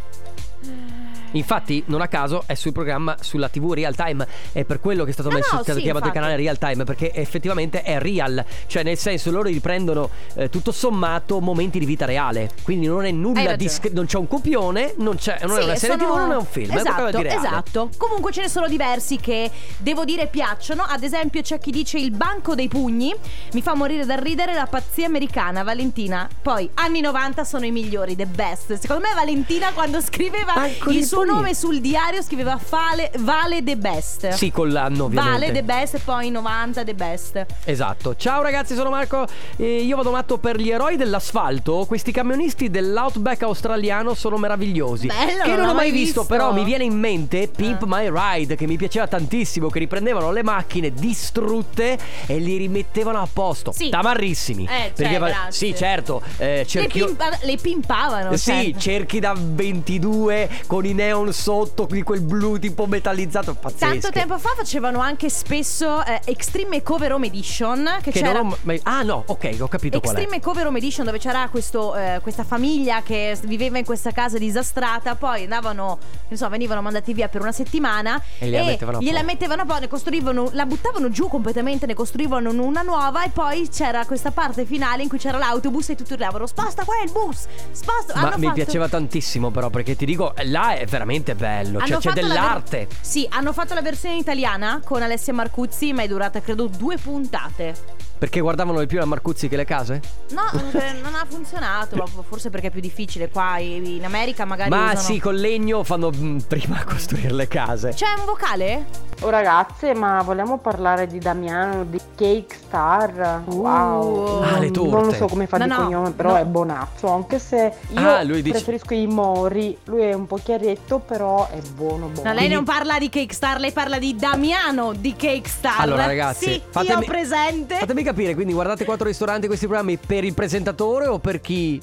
[SPEAKER 2] Infatti, non a caso, è sul programma sulla TV Real Time. È per quello che è stato
[SPEAKER 1] No,
[SPEAKER 2] messo
[SPEAKER 1] Ah, no,
[SPEAKER 2] stato
[SPEAKER 1] sì,
[SPEAKER 2] chiamato
[SPEAKER 1] infatti.
[SPEAKER 2] il canale Real Time, perché effettivamente è real. Cioè, nel senso, loro riprendono eh, tutto sommato momenti di vita reale. Quindi non è
[SPEAKER 1] Hai
[SPEAKER 2] nulla
[SPEAKER 1] ragione.
[SPEAKER 2] di scr- non c'è un copione, non, c'è, non è
[SPEAKER 1] Sì,
[SPEAKER 2] una serie
[SPEAKER 1] sono-
[SPEAKER 2] TV, non è un film. è
[SPEAKER 1] Esatto,
[SPEAKER 2] proprio di reale.
[SPEAKER 1] esatto. Comunque ce ne sono diversi che devo dire piacciono. Ad esempio, c'è chi dice il banco dei pugni. Mi fa morire dal ridere la pazzia americana, Valentina. Poi, anni 90 sono i migliori, the best. Secondo me, Valentina, quando scriveva
[SPEAKER 2] Banco dei
[SPEAKER 1] il suo
[SPEAKER 2] pugni.
[SPEAKER 1] nome sul diario, scriveva Fale- Vale the best.
[SPEAKER 2] Sì, con l'anno ovviamente.
[SPEAKER 1] Vale the best, e poi 90 the best.
[SPEAKER 2] Esatto. Ciao ragazzi, sono Marco. E io vado matto per gli eroi dell'asfalto. Questi camionisti dell'outback australiano sono meravigliosi.
[SPEAKER 1] Bello,
[SPEAKER 2] che
[SPEAKER 1] non
[SPEAKER 2] non
[SPEAKER 1] l'ho
[SPEAKER 2] ho mai
[SPEAKER 1] mai
[SPEAKER 2] visto,
[SPEAKER 1] visto.
[SPEAKER 2] però mi viene in mente Pimp
[SPEAKER 1] Eh.
[SPEAKER 2] My Ride, che mi piaceva tantissimo, che riprendevano le macchine distrutte e li rimettevano a posto.
[SPEAKER 1] Sì.
[SPEAKER 2] Tamarrissimi.
[SPEAKER 1] Eh,
[SPEAKER 2] Perché
[SPEAKER 1] cioè,
[SPEAKER 2] va-
[SPEAKER 1] grazie.
[SPEAKER 2] sì, certo. eh, cerchio-
[SPEAKER 1] Le, pimpa- le pimpavano.
[SPEAKER 2] sì,
[SPEAKER 1] certo.
[SPEAKER 2] cerchi da 22 con i neon sotto, quindi quel blu tipo metallizzato. Pazzesco.
[SPEAKER 1] Tanto tempo fa facevano anche spesso eh, Extreme Cover Home Edition, che,
[SPEAKER 2] Che
[SPEAKER 1] c'era
[SPEAKER 2] non ho mai- Ah, no, ok, ho capito qual è.
[SPEAKER 1] Extreme Cover Home Edition dove c'era questo, eh, questa famiglia che viveva in questa casa disastrata, poi andavano, non so, venivano mandati via per una settimana
[SPEAKER 2] E gliela mettevano a
[SPEAKER 1] eh, gliela
[SPEAKER 2] posto.
[SPEAKER 1] mettevano a posto, ne costruivano, la buttavano giù completamente, ne costruivano una nuova e poi c'era questa parte finale in cui c'era l'autobus e tutti urlavano sposta qua è il bus, sposta.
[SPEAKER 2] Ma
[SPEAKER 1] Hanno
[SPEAKER 2] mi
[SPEAKER 1] fatto-
[SPEAKER 2] piaceva tantissimo però perché ti dico, là è veramente bello, cioè
[SPEAKER 1] hanno
[SPEAKER 2] c'è
[SPEAKER 1] fatto la ver-
[SPEAKER 2] dell'arte.
[SPEAKER 1] sì, hanno fatto la versione italiana con Alessia Marcuzzi, ma è durata credo due puntate.
[SPEAKER 2] Perché guardavano di più la Marcuzzi che le case?
[SPEAKER 1] No, eh, non ha funzionato. ma Forse perché è più difficile qua i- in America, magari.
[SPEAKER 2] Ma
[SPEAKER 1] usano-
[SPEAKER 2] sì, col legno fanno mm, prima a costruire le case.
[SPEAKER 1] C'è un vocale?
[SPEAKER 7] Oh ragazze, ma vogliamo parlare di Damiano, di Cake Star? Wow!
[SPEAKER 2] Ah, le torte.
[SPEAKER 7] Non lo so come fa
[SPEAKER 1] Uh. No,
[SPEAKER 7] di
[SPEAKER 1] no,
[SPEAKER 7] cognome, però
[SPEAKER 1] no.
[SPEAKER 7] è bonazzo, anche se io
[SPEAKER 2] Ah, lui dice-
[SPEAKER 7] preferisco i Mori. Lui è un po' chiaretto, però è buono, buono.
[SPEAKER 1] No, lei non parla di Cake Star, lei parla di Damiano di Cake Star.
[SPEAKER 2] Allora
[SPEAKER 1] sì,
[SPEAKER 2] ragazzi,
[SPEAKER 1] Cioè, io ho
[SPEAKER 2] fatemi-
[SPEAKER 1] presente.
[SPEAKER 2] Fatemi capire, quindi guardate quattro ristoranti questi programmi per il presentatore o per chi?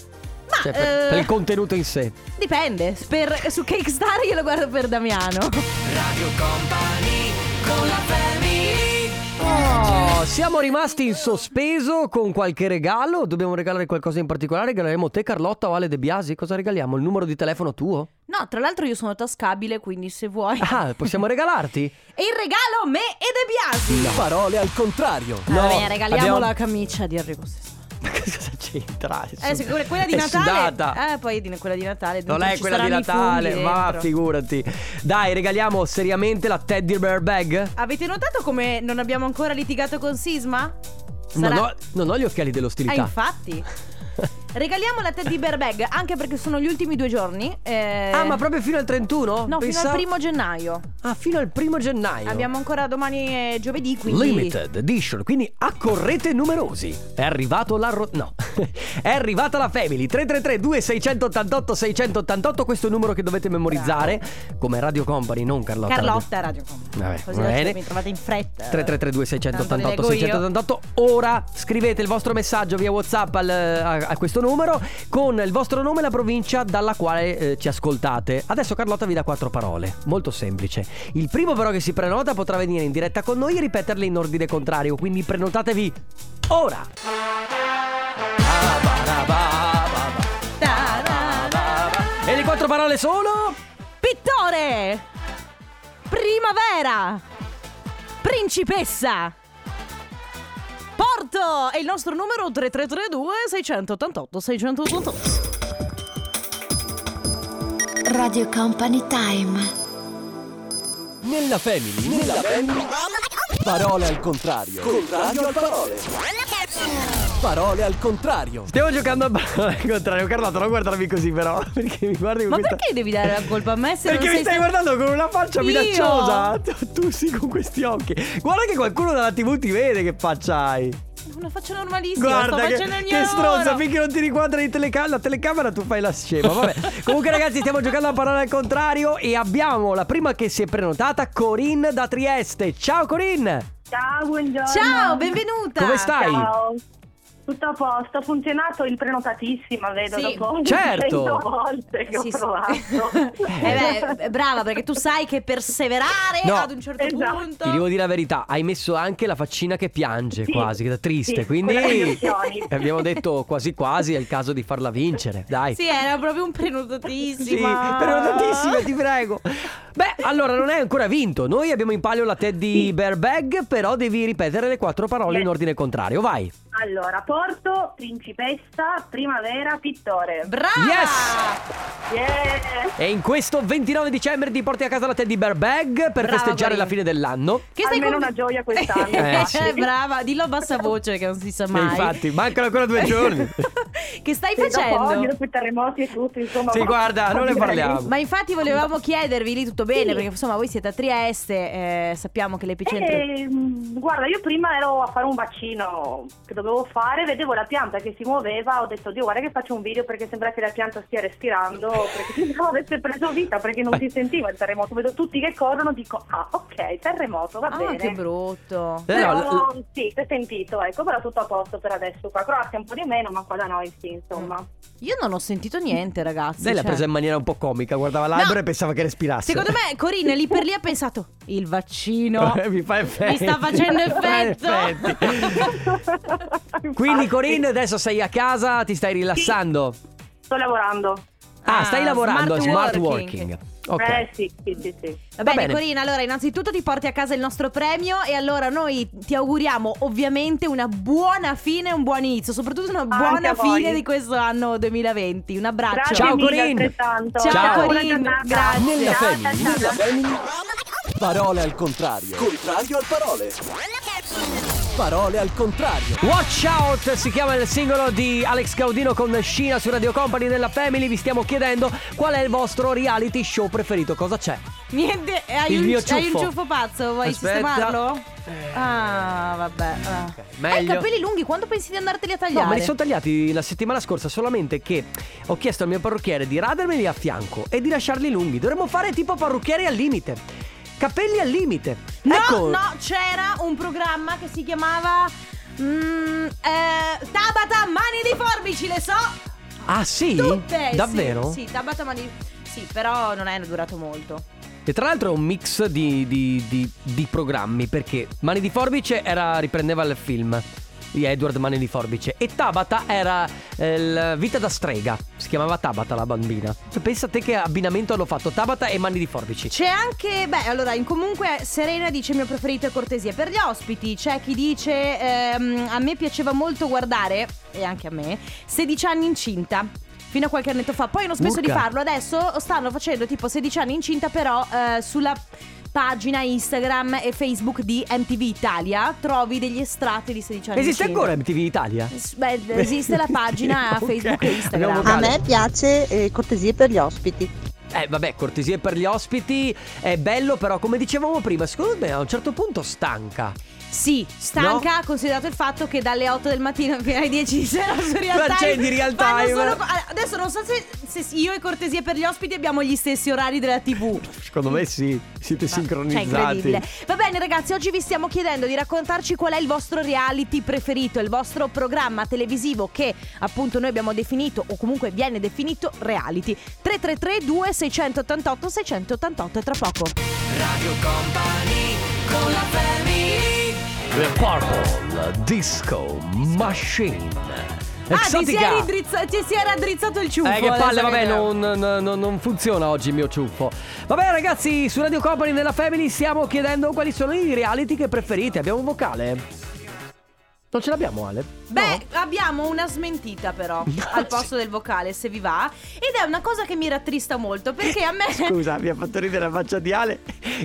[SPEAKER 1] Ma,
[SPEAKER 2] Cioè, per,
[SPEAKER 1] eh,
[SPEAKER 2] per il contenuto in sé.
[SPEAKER 1] Dipende, per- su Cake Star io lo guardo per Damiano.
[SPEAKER 2] Oh, siamo rimasti in sospeso con qualche regalo. Dobbiamo regalare qualcosa in particolare. Regaleremo te, Carlotta o Ale De Biasi. Cosa regaliamo? Il numero di telefono tuo?
[SPEAKER 1] No, tra l'altro io sono tascabile, quindi se vuoi.
[SPEAKER 2] Ah, possiamo regalarti?
[SPEAKER 1] *laughs* E il regalo me e De Biasi.
[SPEAKER 6] Parole al contrario.
[SPEAKER 1] Va bene, regaliamo
[SPEAKER 2] abbiamo-
[SPEAKER 1] la camicia di Enrico Sessano.
[SPEAKER 2] Ma *laughs* cosa c'entra?
[SPEAKER 1] Eh, sì, quella, quella di
[SPEAKER 2] *laughs* È
[SPEAKER 1] Natale.
[SPEAKER 2] sudata.
[SPEAKER 1] Eh, poi di- quella di Natale.
[SPEAKER 2] Non è
[SPEAKER 1] ci
[SPEAKER 2] quella di
[SPEAKER 1] saranno i
[SPEAKER 2] Natale,
[SPEAKER 1] funghi
[SPEAKER 2] va,
[SPEAKER 1] dentro.
[SPEAKER 2] figurati. Dai, regaliamo seriamente la Teddy Bear Bag?
[SPEAKER 1] Avete notato come non abbiamo ancora litigato con Sisma? Sarà-
[SPEAKER 2] Non, ho, non ho gli occhiali
[SPEAKER 1] Ah,
[SPEAKER 2] dell'ostilità. *laughs*
[SPEAKER 1] infatti. Regaliamo la Teddy Bear Bag, anche perché sono gli ultimi due giorni. eh,
[SPEAKER 2] Ah, ma proprio fino al 31?
[SPEAKER 1] No, fino al
[SPEAKER 2] Pensavo-
[SPEAKER 1] primo gennaio.
[SPEAKER 2] Ah, fino al primo gennaio.
[SPEAKER 1] Abbiamo ancora domani e giovedì, quindi...
[SPEAKER 2] Limited edition, quindi accorrete numerosi. È arrivato la ro- no. *laughs* È arrivata la Family 333 2688 688, questo è il numero che dovete memorizzare come Radio Company, non Carlotta.
[SPEAKER 1] Carlotta Radio Company.
[SPEAKER 2] Vabbè,
[SPEAKER 1] Così
[SPEAKER 2] va
[SPEAKER 1] adesso
[SPEAKER 2] bene.
[SPEAKER 1] mi trovate in fretta.
[SPEAKER 2] 333
[SPEAKER 1] Tanto le
[SPEAKER 2] 688
[SPEAKER 1] leggo io.
[SPEAKER 2] 688 ora scrivete il vostro messaggio via WhatsApp al- eh, a, a questo numero con il vostro nome e la provincia dalla quale eh, ci ascoltate. Adesso Carlotta vi dà quattro parole, molto semplice. Il primo però che si prenota potrà venire in diretta con noi e ripeterle in ordine contrario, quindi prenotatevi ora. Ah,
[SPEAKER 1] Ta-ra-ra.
[SPEAKER 2] E le quattro parole sono
[SPEAKER 1] Pittore! Primavera! Principessa! Porto! E il nostro numero 3332 688 688.
[SPEAKER 8] Radio Company Time.
[SPEAKER 6] Nella Family. Nella Family. Parole al contrario. Contrario al parole. Parole al contrario.
[SPEAKER 2] Stiamo giocando a parole al contrario. Carlotta, non guardarmi così però, *laughs* perché mi guardi con
[SPEAKER 1] Ma
[SPEAKER 2] questa
[SPEAKER 1] perché devi dare la colpa a me se
[SPEAKER 2] Perché
[SPEAKER 1] non
[SPEAKER 2] mi
[SPEAKER 1] sei
[SPEAKER 2] stai guardando con una faccia
[SPEAKER 1] Io?
[SPEAKER 2] minacciosa? *laughs* Tu- Tu sì con questi occhi. Guarda che qualcuno dalla TV ti vede che faccia hai.
[SPEAKER 1] Una faccia normalissima,
[SPEAKER 2] Guarda
[SPEAKER 1] sto
[SPEAKER 2] che,
[SPEAKER 1] facendo il mio
[SPEAKER 2] che stronza,
[SPEAKER 1] lavoro.
[SPEAKER 2] finché non ti riquadra in teleca- la telecamera tu fai la scema.
[SPEAKER 1] *laughs*
[SPEAKER 2] Vabbè. Comunque ragazzi, stiamo giocando a parola al contrario e abbiamo la prima che si è prenotata, Corinne da Trieste. Ciao Corinne!
[SPEAKER 9] Ciao, buongiorno.
[SPEAKER 1] Ciao, benvenuta.
[SPEAKER 2] Come stai?
[SPEAKER 9] Ciao. Tutto a posto, ha funzionato il prenotatissima, vedo
[SPEAKER 1] Sì.
[SPEAKER 9] dopo
[SPEAKER 2] Certo.
[SPEAKER 9] 100 volte che
[SPEAKER 1] Sì, sì.
[SPEAKER 9] ho
[SPEAKER 2] *laughs*
[SPEAKER 9] provato.
[SPEAKER 1] Eh beh, brava, perché tu sai che perseverare
[SPEAKER 2] No.
[SPEAKER 1] ad un certo
[SPEAKER 9] Esatto.
[SPEAKER 1] punto.
[SPEAKER 2] Ti devo dire la verità, hai messo anche la faccina che piange
[SPEAKER 9] Sì.
[SPEAKER 2] quasi, che da triste,
[SPEAKER 9] Sì,
[SPEAKER 2] quindi Eh.
[SPEAKER 9] quella degli occhioni.
[SPEAKER 2] abbiamo detto quasi quasi è il caso di farla vincere, dai.
[SPEAKER 1] Sì, era proprio un
[SPEAKER 2] Sì,
[SPEAKER 1] prenotatissima.
[SPEAKER 2] prenotatissima, ti prego. Beh, allora non hai ancora vinto. Noi abbiamo in palio la Teddy Bear Bag, però devi ripetere le quattro parole in
[SPEAKER 9] Beh.
[SPEAKER 2] ordine contrario. Vai.
[SPEAKER 9] Allora, Porto, Principessa, Primavera, Pittore.
[SPEAKER 1] Brava!
[SPEAKER 2] Yes!
[SPEAKER 9] Yeah.
[SPEAKER 2] E in questo 29 dicembre ti porti a casa la Teddy Bear Bag per
[SPEAKER 1] Brava,
[SPEAKER 2] festeggiare
[SPEAKER 1] Corinne.
[SPEAKER 2] la fine dell'anno.
[SPEAKER 1] Che
[SPEAKER 9] Almeno
[SPEAKER 1] conv- *laughs*
[SPEAKER 9] una gioia quest'anno,
[SPEAKER 2] Eh, sì.
[SPEAKER 1] Eh, brava, dillo a bassa voce che non si sa mai.
[SPEAKER 2] E infatti,
[SPEAKER 1] *laughs*
[SPEAKER 2] mancano ancora due giorni. Eh,
[SPEAKER 1] che stai
[SPEAKER 9] Sì, Dopo, oggi,
[SPEAKER 1] facendo?
[SPEAKER 9] dopo i terremoti e tutto, insomma.
[SPEAKER 2] Sì,
[SPEAKER 9] ma-
[SPEAKER 2] guarda, non ne
[SPEAKER 9] direi.
[SPEAKER 2] parliamo.
[SPEAKER 1] Ma infatti volevamo chiedervi lì tutto bene, perché insomma voi siete a Trieste, eh, sappiamo che l'epicentro...
[SPEAKER 9] Eh, mh, guarda, io prima ero a fare un vaccino che dovevo fare, vedevo la pianta che si muoveva, ho detto, Dio, guarda che faccio un video perché sembra che la pianta stia respirando, perché sembrava avesse preso vita, perché non si sentiva il terremoto. Vedo tutti che corrono, dico, ah, ok, terremoto, va
[SPEAKER 1] Ah,
[SPEAKER 9] bene.
[SPEAKER 1] che brutto.
[SPEAKER 2] Eh, no,
[SPEAKER 9] Però,
[SPEAKER 2] l-
[SPEAKER 9] sì, si è sentito, ecco, però tutto a posto per adesso qua. Croazia un po' di meno, ma qua da noi sì, insomma.
[SPEAKER 1] Io non ho sentito niente, ragazzi.
[SPEAKER 2] Lei l'ha
[SPEAKER 1] cioè.
[SPEAKER 2] presa in maniera un po' comica, guardava l'albero
[SPEAKER 1] No.
[SPEAKER 2] e pensava che respirasse.
[SPEAKER 1] Secondo me Corinne lì per lì ha pensato il vaccino.
[SPEAKER 2] Eh, *laughs* mi fa effetti.
[SPEAKER 1] Mi sta facendo
[SPEAKER 2] Mi fa
[SPEAKER 1] effetto.
[SPEAKER 2] effetti. Quindi Corinne adesso sei a casa, ti stai rilassando.
[SPEAKER 9] Sto lavorando.
[SPEAKER 2] Ah,
[SPEAKER 1] Ah,
[SPEAKER 2] stai lavorando
[SPEAKER 1] smart
[SPEAKER 2] smart working. Ok.
[SPEAKER 9] Eh sì, sì, sì, sì.
[SPEAKER 1] Va bene,
[SPEAKER 2] bene.
[SPEAKER 1] Corina, allora innanzitutto ti porti a casa il nostro premio e allora noi ti auguriamo ovviamente una buona fine e un buon inizio, soprattutto una
[SPEAKER 9] Anche
[SPEAKER 1] buona
[SPEAKER 9] a voi.
[SPEAKER 1] fine di questo anno 2020. Un abbraccio.
[SPEAKER 9] Grazie
[SPEAKER 2] Ciao,
[SPEAKER 9] mille,
[SPEAKER 2] Corinne.
[SPEAKER 9] altrettanto.
[SPEAKER 1] Ciao,
[SPEAKER 9] Ciao
[SPEAKER 1] Corinne. Grazie.
[SPEAKER 6] Nella
[SPEAKER 9] Ciao,
[SPEAKER 6] Family.
[SPEAKER 9] ciao, ciao.
[SPEAKER 6] Nella Family. Parole al contrario. Contrario al parole. Parole al contrario.
[SPEAKER 2] Watch Out si chiama il singolo di Alex Caudino con Scina su Radio Company della Family. Vi stiamo chiedendo qual è il vostro reality show preferito. Cosa c'è?
[SPEAKER 1] Niente, eh, hai,
[SPEAKER 2] Il
[SPEAKER 1] un,
[SPEAKER 2] mio
[SPEAKER 1] hai un
[SPEAKER 2] ciuffo.
[SPEAKER 1] ciuffo pazzo, vuoi
[SPEAKER 2] Aspetta. Eh.
[SPEAKER 1] sistemarlo? Ah, vabbè. ah. Hai i
[SPEAKER 2] meglio.
[SPEAKER 1] capelli lunghi, quando pensi di andarteli a tagliare?
[SPEAKER 2] No, me li sono tagliati la settimana scorsa solamente che ho chiesto al mio parrucchiere di radermeli a fianco e di lasciarli lunghi. Dovremmo fare tipo parrucchieri al limite. Capelli al limite.
[SPEAKER 1] No,
[SPEAKER 2] ecco.
[SPEAKER 1] no, c'era un programma che si chiamava mm, eh, Tabata Mani di Forbici, le so
[SPEAKER 2] Ah, sì?
[SPEAKER 1] tutte. sì,
[SPEAKER 2] Davvero?
[SPEAKER 1] Sì, Tabata Mani Sì, però non è durato molto.
[SPEAKER 2] E tra l'altro è un mix di, di- di- di programmi perché Mani di Forbice era, riprendeva il film di Edward Mani di Forbice e Tabata era eh, il Vita da strega, si chiamava Tabata la bambina. Cioè, pensa te che abbinamento hanno fatto Tabata e Mani di Forbici.
[SPEAKER 1] C'è anche, beh, allora, in comunque Serena dice mio preferito è cortesia per gli ospiti, c'è chi dice ehm, a me piaceva molto guardare, e anche a me, 16 anni incinta. Fino a qualche annetto fa, poi hanno smesso di
[SPEAKER 2] Urca.
[SPEAKER 1] farlo, adesso stanno facendo tipo 16 anni incinta però eh, sulla pagina Instagram e Facebook di MTV Italia trovi degli estratti di 16 anni
[SPEAKER 2] Esiste
[SPEAKER 1] incinta.
[SPEAKER 2] ancora MTV Italia?
[SPEAKER 1] S- Beh, esiste
[SPEAKER 2] *laughs*
[SPEAKER 1] la pagina
[SPEAKER 2] Ok,
[SPEAKER 1] Facebook e Instagram.
[SPEAKER 2] abbiamo vocale.
[SPEAKER 5] piace eh, cortesie per gli ospiti.
[SPEAKER 2] Eh vabbè, cortesie per gli ospiti, è bello però come dicevamo prima, secondo me a un certo punto stanca.
[SPEAKER 1] Sì, stanca, considerato il fatto che dalle 8 del mattino *laughs* fino alle 10 di sera su Real
[SPEAKER 2] Ma
[SPEAKER 1] Time
[SPEAKER 2] c'è di Real
[SPEAKER 1] fanno
[SPEAKER 2] Time.
[SPEAKER 1] solo- Adesso non so se, se io e Cortesia per gli ospiti abbiamo gli stessi orari della TV.
[SPEAKER 2] Secondo me sì, siete
[SPEAKER 1] Cioè, incredibile. Va bene, ragazzi, oggi vi stiamo chiedendo di raccontarci qual è il vostro reality preferito, il vostro programma televisivo che appunto noi abbiamo definito o comunque viene definito reality. 333 2688 688 e tra poco.
[SPEAKER 2] The Purple Disco Machine.
[SPEAKER 1] Ah, ti si, era
[SPEAKER 2] Exotica.
[SPEAKER 1] indrizza- ti si era drizzato il ciuffo.
[SPEAKER 2] Eh che
[SPEAKER 1] adesso
[SPEAKER 2] palle, vabbè,
[SPEAKER 1] vediamo.
[SPEAKER 2] non, non- non- non funziona oggi il mio ciuffo. Vabbè ragazzi, su Radio Company della Family stiamo chiedendo quali sono i reality che preferite. Abbiamo un vocale? Non ce l'abbiamo Ale?
[SPEAKER 1] Beh, abbiamo una smentita
[SPEAKER 2] *laughs*
[SPEAKER 1] però al posto del vocale, se vi va. Ed è una cosa che mi rattrista molto perché a me. *laughs*
[SPEAKER 2] *laughs* Scusa, mi ha fatto ridere la faccia di Ale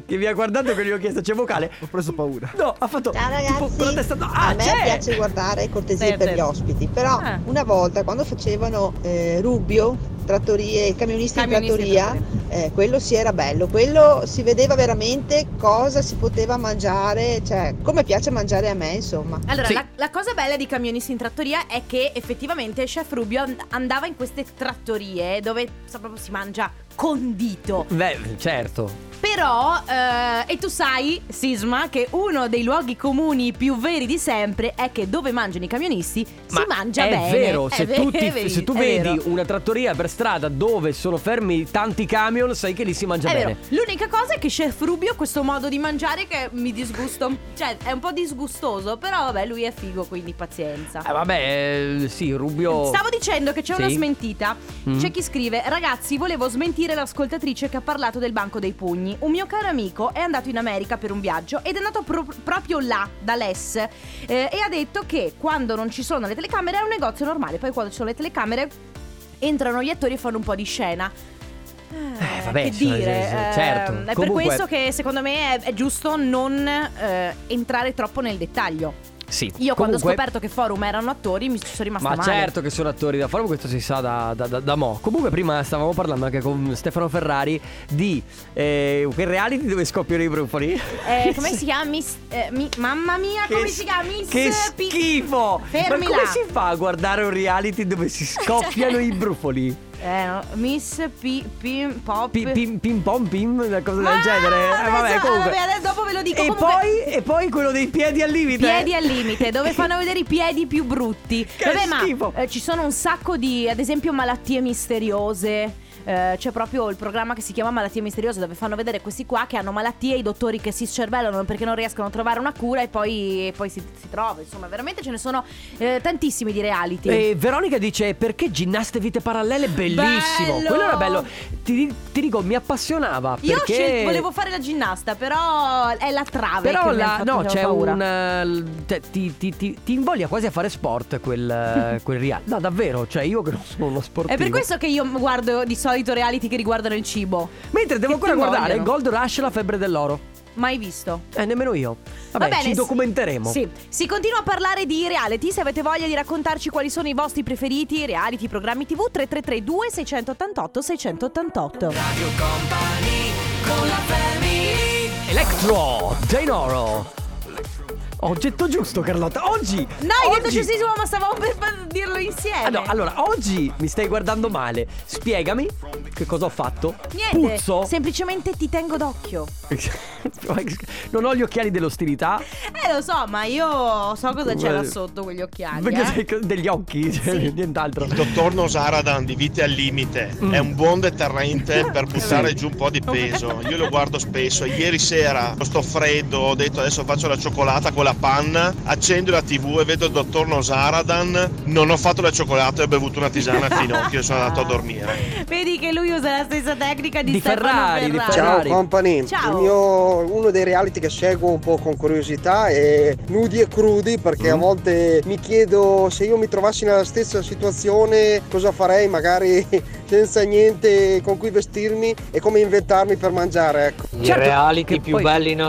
[SPEAKER 2] che mi ha guardato e gli ho chiesto c'è vocale. Ho preso paura. No, ha fatto
[SPEAKER 5] Ciao
[SPEAKER 2] tipo con la testa no.
[SPEAKER 5] ragazzi,
[SPEAKER 2] Ah,
[SPEAKER 5] a me
[SPEAKER 2] c'è!
[SPEAKER 5] piace guardare cortesie
[SPEAKER 1] Sì,
[SPEAKER 5] per
[SPEAKER 1] sì.
[SPEAKER 5] gli ospiti, però
[SPEAKER 1] Ah.
[SPEAKER 5] una volta quando facevano eh, Rubio, trattorie, il camionista in
[SPEAKER 1] Camionisti in
[SPEAKER 5] trattoria, eh, quello sì era bello, quello si vedeva veramente cosa si poteva mangiare, cioè come piace mangiare a me insomma.
[SPEAKER 1] Allora,
[SPEAKER 2] Sì.
[SPEAKER 1] la, la cosa bella di Camionisti in Trattoria è che effettivamente Chef Rubio and- andava in queste trattorie dove sa, proprio si mangia
[SPEAKER 2] *laughs*
[SPEAKER 1] condito.
[SPEAKER 2] Beh, certo.
[SPEAKER 1] Però, eh, e tu sai, Sisma, che uno dei luoghi comuni più veri di sempre è che dove mangiano i camionisti si mangia
[SPEAKER 2] è
[SPEAKER 1] bene.
[SPEAKER 2] Vero,
[SPEAKER 1] È
[SPEAKER 2] se
[SPEAKER 1] vero,
[SPEAKER 2] tu, ti-
[SPEAKER 1] *laughs* è vero,
[SPEAKER 2] se tu
[SPEAKER 1] è
[SPEAKER 2] vedi
[SPEAKER 1] vero.
[SPEAKER 2] una trattoria per strada dove sono fermi tanti camion, sai che lì si mangia
[SPEAKER 1] È
[SPEAKER 2] bene.
[SPEAKER 1] vero, l'unica cosa è che Chef Rubio ha questo modo di mangiare che mi disgusta. Cioè, è un po' disgustoso, però vabbè, lui è figo, quindi pazienza.
[SPEAKER 2] Eh, vabbè, eh, sì, Rubio.
[SPEAKER 1] Stavo dicendo che c'è una
[SPEAKER 2] Sì.
[SPEAKER 1] smentita.
[SPEAKER 2] Mm.
[SPEAKER 1] C'è chi scrive: Ragazzi, volevo smentire l'ascoltatrice che ha parlato del banco dei pugni. Un mio caro amico è andato in America per un viaggio ed è andato pro- proprio là, da Les. eh, e ha detto che quando non ci sono le telecamere è un negozio normale, poi quando ci sono le telecamere entrano gli attori e fanno un po' di scena. Eh,
[SPEAKER 2] vabbè,
[SPEAKER 1] che
[SPEAKER 2] cioè,
[SPEAKER 1] dire,
[SPEAKER 2] eh, certo.
[SPEAKER 1] ehm, è per
[SPEAKER 2] Comunque-
[SPEAKER 1] questo che secondo me è, è giusto non eh, entrare troppo nel dettaglio.
[SPEAKER 2] Sì.
[SPEAKER 1] Io quando ho
[SPEAKER 2] Comunque-
[SPEAKER 1] scoperto che Forum erano attori mi ci sono rimasta
[SPEAKER 2] Ma
[SPEAKER 1] male.
[SPEAKER 2] certo che sono attori da forum, questo si sa da, da- da- da mo. Comunque, prima stavamo parlando anche con Stefano Ferrari di eh, quel reality dove scoppiano i brufoli. *laughs*
[SPEAKER 1] Eh, come si chiama? Miss, eh, mi- mamma mia,
[SPEAKER 2] Che
[SPEAKER 1] come
[SPEAKER 2] s-
[SPEAKER 1] si chiama? Miss
[SPEAKER 2] Che
[SPEAKER 1] Pi-
[SPEAKER 2] schifo!
[SPEAKER 1] Fermi
[SPEAKER 2] Ma come
[SPEAKER 1] là.
[SPEAKER 2] si fa a guardare un reality
[SPEAKER 1] *laughs*
[SPEAKER 2] dove si scoppiano i brufoli?
[SPEAKER 1] Eh, no, Miss P, P- Pop.
[SPEAKER 2] Pi- pim, pim pom pim, una cosa
[SPEAKER 1] Ma
[SPEAKER 2] del genere. Eh,
[SPEAKER 1] adesso-
[SPEAKER 2] vabbè, comunque.
[SPEAKER 1] vabbè, adesso dopo ve lo dico,
[SPEAKER 2] E,
[SPEAKER 1] comunque-
[SPEAKER 2] poi, e poi quello dei piedi al limite. eh.
[SPEAKER 1] Piedi al limite, dove fanno vedere i piedi più brutti.
[SPEAKER 2] *laughs* Che
[SPEAKER 1] Vabbè,
[SPEAKER 2] schifo.
[SPEAKER 1] ma eh, ci sono un sacco di, ad esempio, malattie misteriose. Eh, c'è proprio il programma che si chiama Malattie Misteriose, dove fanno vedere questi qua che hanno malattie, i dottori che si scervellano perché non riescono a trovare una cura e poi, e poi si, si trova. Insomma, veramente ce ne sono eh, tantissimi di reality.
[SPEAKER 2] *laughs* E Veronica dice perché ginnaste vite parallele? Bellissimo.
[SPEAKER 1] Bello!
[SPEAKER 2] Quello era bello. Ti, di- ti dico, mi appassionava.
[SPEAKER 1] Io ho
[SPEAKER 2] perché...
[SPEAKER 1] scel- volevo fare la ginnasta, però è la trave.
[SPEAKER 2] Però
[SPEAKER 1] che mi ha
[SPEAKER 2] la,
[SPEAKER 1] fatto
[SPEAKER 2] no, c'è
[SPEAKER 1] paura.
[SPEAKER 2] un. eh, l- te- ti, ti, ti, ti invoglia quasi a fare sport quel,
[SPEAKER 1] *laughs*
[SPEAKER 2] eh, quel real. No, davvero, cioè io che non sono uno sportivo.
[SPEAKER 1] È per questo che io guardo di solito reality che riguardano il cibo.
[SPEAKER 2] Mentre devo
[SPEAKER 1] che
[SPEAKER 2] ancora
[SPEAKER 1] ti
[SPEAKER 2] guardare
[SPEAKER 1] invogliano.
[SPEAKER 2] Gold Rush la febbre dell'oro.
[SPEAKER 1] mai visto.
[SPEAKER 2] Eh, nemmeno io. Vabbè,
[SPEAKER 1] Va bene,
[SPEAKER 2] ci
[SPEAKER 1] sì.
[SPEAKER 2] documenteremo.
[SPEAKER 1] Sì. Si continua a parlare di reality. Se avete voglia di raccontarci quali sono i vostri preferiti, reality, programmi TV 3332 688 688.
[SPEAKER 2] Electro, Denoro. Oggetto giusto, Carlotta. Oggi.
[SPEAKER 1] No, hai detto
[SPEAKER 2] oggi...
[SPEAKER 1] giustissimo, ma stavamo per fa- dirlo insieme.
[SPEAKER 2] Ah, no, allora, oggi mi stai guardando male. Spiegami che cosa ho fatto.
[SPEAKER 1] Niente,
[SPEAKER 2] Puzzo.
[SPEAKER 1] semplicemente ti tengo d'occhio.
[SPEAKER 2] *laughs* non ho gli occhiali dell'ostilità. Eh,
[SPEAKER 1] Eh, lo so, ma io so cosa c'è là sotto quegli occhiali.
[SPEAKER 2] Perché
[SPEAKER 1] eh.
[SPEAKER 2] sei *laughs* degli occhi, cioè, nient'altro.
[SPEAKER 10] Il dottor Nosaradan di Vite al Limite è un buon deterrente per buttare giù un po' di peso. Io lo guardo spesso. Ieri sera sto freddo, ho detto adesso faccio la cioccolata con la panna, accendo la tv e vedo il dottor Nosaradan. Non ho fatto la cioccolata e ho bevuto una
[SPEAKER 1] *laughs*
[SPEAKER 10] tisana a finocchio e sono andato a dormire.
[SPEAKER 1] Vedi che lui usa la stessa tecnica di,
[SPEAKER 2] Di
[SPEAKER 1] Stefano
[SPEAKER 2] Ferrari, di
[SPEAKER 1] Ferrari.
[SPEAKER 2] Ferrari.
[SPEAKER 3] Ciao company,
[SPEAKER 1] Ciao.
[SPEAKER 3] Il mio- uno dei reality che seguo un po' con curiosità è Nudi e Crudi perché a volte mi chiedo se io mi trovassi nella stessa situazione cosa farei magari *laughs* senza niente con cui vestirmi e come inventarmi per mangiare. Ecco.
[SPEAKER 2] Il Certo, reality che più poi- bello
[SPEAKER 11] in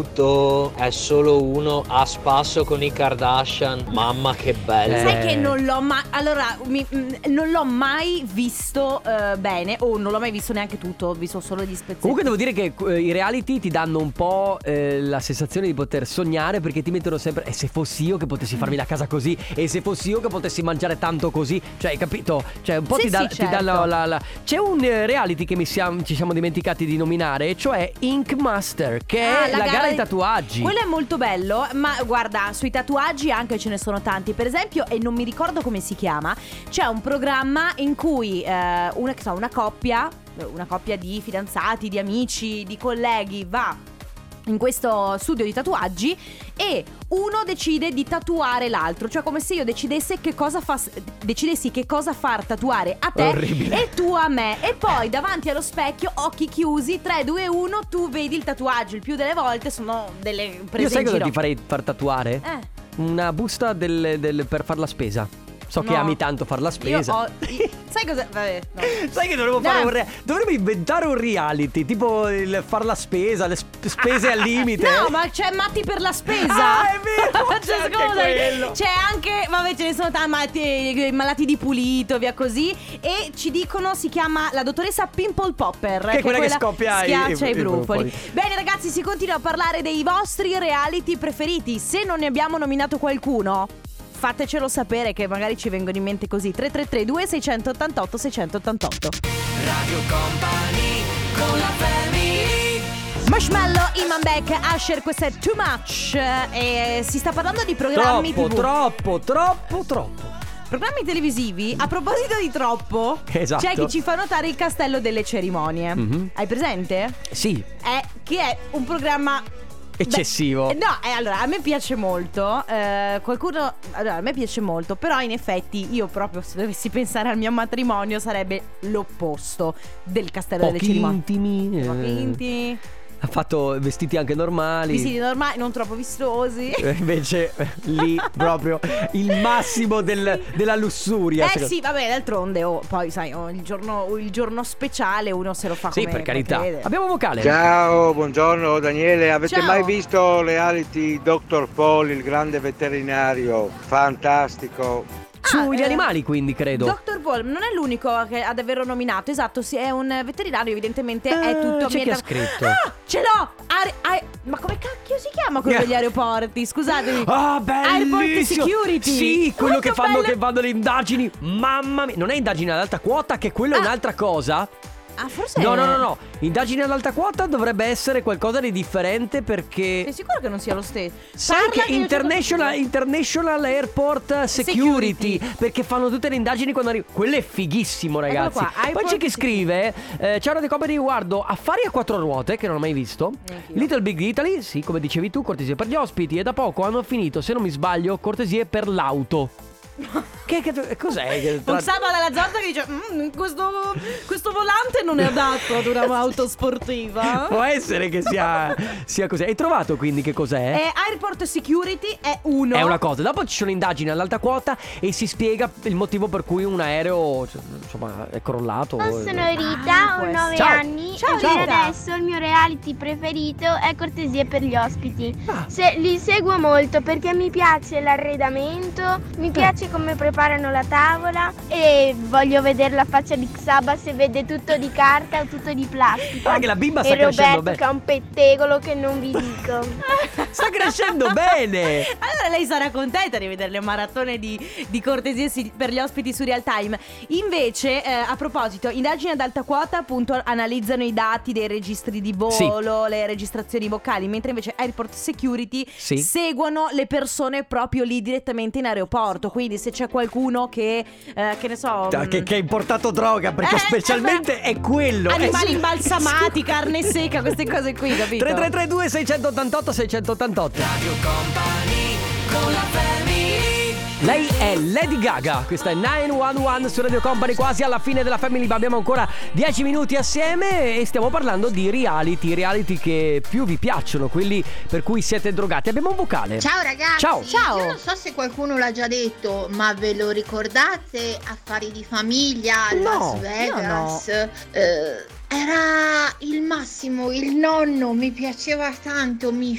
[SPEAKER 11] assoluto è solo uno a spasso con i Kardashian. Mamma che bello.
[SPEAKER 2] Eh.
[SPEAKER 1] Sai che non l'ho mai. Allora, mi- mm, non l'ho mai visto eh, bene. O non l'ho mai visto neanche tutto. Ho visto solo gli spezzetti.
[SPEAKER 2] Comunque devo dire che eh, i reality ti danno un po' eh, la sensazione di poter sognare perché ti mettono sempre e se fossi io che potessi farmi la casa così e se fossi io che potessi mangiare tanto così, cioè hai capito? Cioè un po'
[SPEAKER 1] Sì,
[SPEAKER 2] ti dà,
[SPEAKER 1] sì,
[SPEAKER 2] ti dà la,
[SPEAKER 1] certo.
[SPEAKER 2] la- la- C'è un eh, reality che mi siamo- ci siamo dimenticati di nominare, cioè Ink Master, che
[SPEAKER 1] Ah,
[SPEAKER 2] è la, gara
[SPEAKER 1] di-
[SPEAKER 2] ai tatuaggi.
[SPEAKER 1] Quello è molto bello, ma guarda, sui tatuaggi anche ce ne sono tanti. Per esempio, e non mi ricordo come si chiama, c'è un programma in cui eh, una, che so, una coppia, una coppia di fidanzati, di amici, di colleghi va in questo studio di tatuaggi e uno decide di tatuare l'altro, cioè come se io decidesse che cosa fa- decidessi che cosa far tatuare a te
[SPEAKER 2] Orribile. Eh.
[SPEAKER 1] e tu a me e poi davanti allo specchio, occhi chiusi, 3 2 1, tu vedi il tatuaggio, il più delle volte sono delle prese
[SPEAKER 2] Io sai
[SPEAKER 1] in
[SPEAKER 2] cosa
[SPEAKER 1] giro.
[SPEAKER 2] ti farei far tatuare?
[SPEAKER 1] Eh,
[SPEAKER 2] Una busta del- del- per far la spesa. So che
[SPEAKER 1] No.
[SPEAKER 2] ami tanto far la
[SPEAKER 1] io
[SPEAKER 2] spesa.
[SPEAKER 1] ho i- Sai cosa vabbè, no.
[SPEAKER 2] *laughs* Sai che dovremmo fare
[SPEAKER 1] No.
[SPEAKER 2] un re- dovremmo inventare un reality, tipo il far la spesa, le sp- spese al
[SPEAKER 1] *laughs*
[SPEAKER 2] limite.
[SPEAKER 1] No, ma c'è Matti per la spesa.
[SPEAKER 2] Ah, è vero,
[SPEAKER 1] *laughs* Cioè,
[SPEAKER 2] c'è anche
[SPEAKER 1] scusa,
[SPEAKER 2] quello.
[SPEAKER 1] C'è anche, vabbè, ce ne sono tanti malati, malati di pulito, via così. E ci dicono, si chiama la dottoressa Pimple Popper.
[SPEAKER 2] è quella che scoppia i-
[SPEAKER 1] schiaccia
[SPEAKER 2] i-
[SPEAKER 1] i,
[SPEAKER 2] i
[SPEAKER 1] brufoli.
[SPEAKER 2] brufoli.
[SPEAKER 1] Bene, ragazzi, si continua a parlare dei vostri reality preferiti. Se non ne abbiamo nominato qualcuno. Fatecelo sapere che magari ci vengono in mente così 333 2688 688 Marshmallow, Iman Beck, Asher, questo è Too Much eh, e si sta parlando di programmi
[SPEAKER 2] Troppo,
[SPEAKER 1] TV.
[SPEAKER 2] troppo, troppo, troppo.
[SPEAKER 1] Programmi televisivi, a proposito di troppo,
[SPEAKER 2] Esatto.
[SPEAKER 1] c'è chi ci fa notare il castello delle cerimonie.
[SPEAKER 2] Mhm.
[SPEAKER 1] Hai presente?
[SPEAKER 2] Sì,
[SPEAKER 1] È, che è un programma...
[SPEAKER 2] Oh. eccessivo.
[SPEAKER 1] Beh, no, eh, allora, a me piace molto, eh, qualcuno... Allora, a me piace molto, però in effetti io proprio se dovessi pensare al mio matrimonio sarebbe l'opposto del castello delle
[SPEAKER 2] Pochi
[SPEAKER 1] cerimonie.
[SPEAKER 2] intimi. eh,
[SPEAKER 1] Pochi intimi,
[SPEAKER 2] Ha fatto vestiti anche normali.
[SPEAKER 1] visiti normali, non troppo vistosi.
[SPEAKER 2] Eh, Invece eh,
[SPEAKER 1] *laughs*
[SPEAKER 2] lì proprio il massimo del- della lussuria.
[SPEAKER 1] Eh
[SPEAKER 2] secondo-
[SPEAKER 1] sì, vabbè, d'altronde, oh, poi sai, oh, il, giorno, il giorno speciale uno se lo fa
[SPEAKER 2] Sì,
[SPEAKER 1] come
[SPEAKER 2] per carità.
[SPEAKER 1] crede.
[SPEAKER 2] Abbiamo vocale.
[SPEAKER 3] Ciao, buongiorno Daniele, avete
[SPEAKER 1] Ciao.
[SPEAKER 3] mai visto reality Dr. Paul, il grande veterinario? Fantastico.
[SPEAKER 2] Sugli
[SPEAKER 1] eh,
[SPEAKER 2] animali, quindi credo.
[SPEAKER 1] Dr. Paul non è l'unico che- ad averlo nominato, esatto, sì, è un veterinario, evidentemente è
[SPEAKER 2] Ah,
[SPEAKER 1] tutto
[SPEAKER 2] c'è chi ha
[SPEAKER 1] ambientato-
[SPEAKER 2] scritto.
[SPEAKER 1] Ah, ce l'ho! Are- are- ma come cacchio si chiama quello
[SPEAKER 2] Eh.
[SPEAKER 1] degli aeroporti? Scusatemi.
[SPEAKER 2] Ah,
[SPEAKER 1] Airport
[SPEAKER 2] bellissimo!
[SPEAKER 1] Security.
[SPEAKER 2] Sì, quello
[SPEAKER 1] Quanto
[SPEAKER 2] che fanno
[SPEAKER 1] bello-
[SPEAKER 2] che vanno le indagini. Mamma mia, non è indagine ad alta quota che quello è
[SPEAKER 1] Ah.
[SPEAKER 2] un'altra cosa?
[SPEAKER 1] Ah, forse
[SPEAKER 2] No, no, no, no. Indagine ad alta quota dovrebbe essere qualcosa di differente perché
[SPEAKER 1] Sei sicuro che non sia lo stesso?
[SPEAKER 2] Sai
[SPEAKER 1] Parla
[SPEAKER 2] che
[SPEAKER 1] io cerco-
[SPEAKER 2] International, International Airport Security,
[SPEAKER 1] Security.
[SPEAKER 2] Perché fanno tutte le indagini quando arrivano Quello è fighissimo ragazzi
[SPEAKER 1] qua,
[SPEAKER 2] Poi
[SPEAKER 1] Airport
[SPEAKER 2] c'è chi
[SPEAKER 1] Security.
[SPEAKER 2] scrive eh, Ciao Radio Company guardo Affari a quattro ruote Che non ho mai visto
[SPEAKER 1] Neanch'io.
[SPEAKER 2] Little Big Italy Sì come
[SPEAKER 1] *laughs*
[SPEAKER 2] dicevi tu Cortesie per gli ospiti E da poco hanno finito Se non mi sbaglio Cortesie per l'auto Che, che- cos'è? Che tra-
[SPEAKER 1] Un sabato alla Zorza che dice "Mm, questo, questo volante non è adatto ad
[SPEAKER 2] *laughs*
[SPEAKER 1] un'auto sportiva
[SPEAKER 2] Può essere
[SPEAKER 1] *laughs*
[SPEAKER 2] che sia, sia così. Hai trovato quindi che cos'è?
[SPEAKER 1] Eh, Airport Security è uno
[SPEAKER 2] È
[SPEAKER 1] *laughs*
[SPEAKER 2] una cosa. Dopo ci sono indagini all'alta quota e si spiega il motivo per cui un aereo cioè, insomma, è crollato.
[SPEAKER 12] Sono
[SPEAKER 2] Eh,
[SPEAKER 12] Rita,
[SPEAKER 2] può
[SPEAKER 12] ho
[SPEAKER 2] essere.
[SPEAKER 12] 9
[SPEAKER 2] Ciao.
[SPEAKER 12] anni
[SPEAKER 2] Ciao,
[SPEAKER 12] e
[SPEAKER 2] Rita.
[SPEAKER 12] per adesso il mio reality preferito è Cortesie per gli ospiti.
[SPEAKER 2] Ah.
[SPEAKER 12] Se- li seguo molto perché mi piace l'arredamento,
[SPEAKER 2] Eh.
[SPEAKER 12] mi piace come preparano la tavola e voglio vedere la faccia di Xaba se vede tutto di carta o tutto di plastica.
[SPEAKER 2] Guarda Ah, che la bimba sta
[SPEAKER 12] e
[SPEAKER 2] crescendo
[SPEAKER 12] Roberto
[SPEAKER 2] bene.
[SPEAKER 12] che ha un pettegolo che non
[SPEAKER 2] *laughs*
[SPEAKER 12] vi dico.
[SPEAKER 2] Sta crescendo bene.
[SPEAKER 1] Allora lei sarà contenta di vedere le maratone di, di cortesie si- per gli ospiti su Real Time. Invece, eh, a proposito, indagini ad alta quota appunto analizzano i dati dei registri di volo,
[SPEAKER 2] Sì.
[SPEAKER 1] le registrazioni vocali, mentre invece Airport Security
[SPEAKER 2] Sì.
[SPEAKER 1] seguono le persone proprio lì direttamente in aeroporto. Quindi se c'è qualcuno che, eh, che ne so...
[SPEAKER 2] Da- Ah, Cioè, Che, che ha importato droga perché
[SPEAKER 1] Eh,
[SPEAKER 2] specialmente è quello.
[SPEAKER 1] Animali
[SPEAKER 2] Eh, sì. *laughs*
[SPEAKER 1] imbalsamati, carne secca, queste cose qui, capito?
[SPEAKER 2] 3332 688 688 Lei è Lady Gaga, questa è 911 su Radio Company, quasi alla fine della Family, ma abbiamo ancora 10 minuti assieme e stiamo parlando di reality, reality che più vi piacciono, quelli per cui siete drogati. Abbiamo un vocale. *laughs*
[SPEAKER 13] Ciao ragazzi,
[SPEAKER 2] Ciao.
[SPEAKER 13] io non so se qualcuno l'ha già detto, ma ve lo ricordate? Affari di famiglia,
[SPEAKER 2] No,
[SPEAKER 13] Las Vegas. Eh, era il massimo, il nonno mi piaceva tanto, mi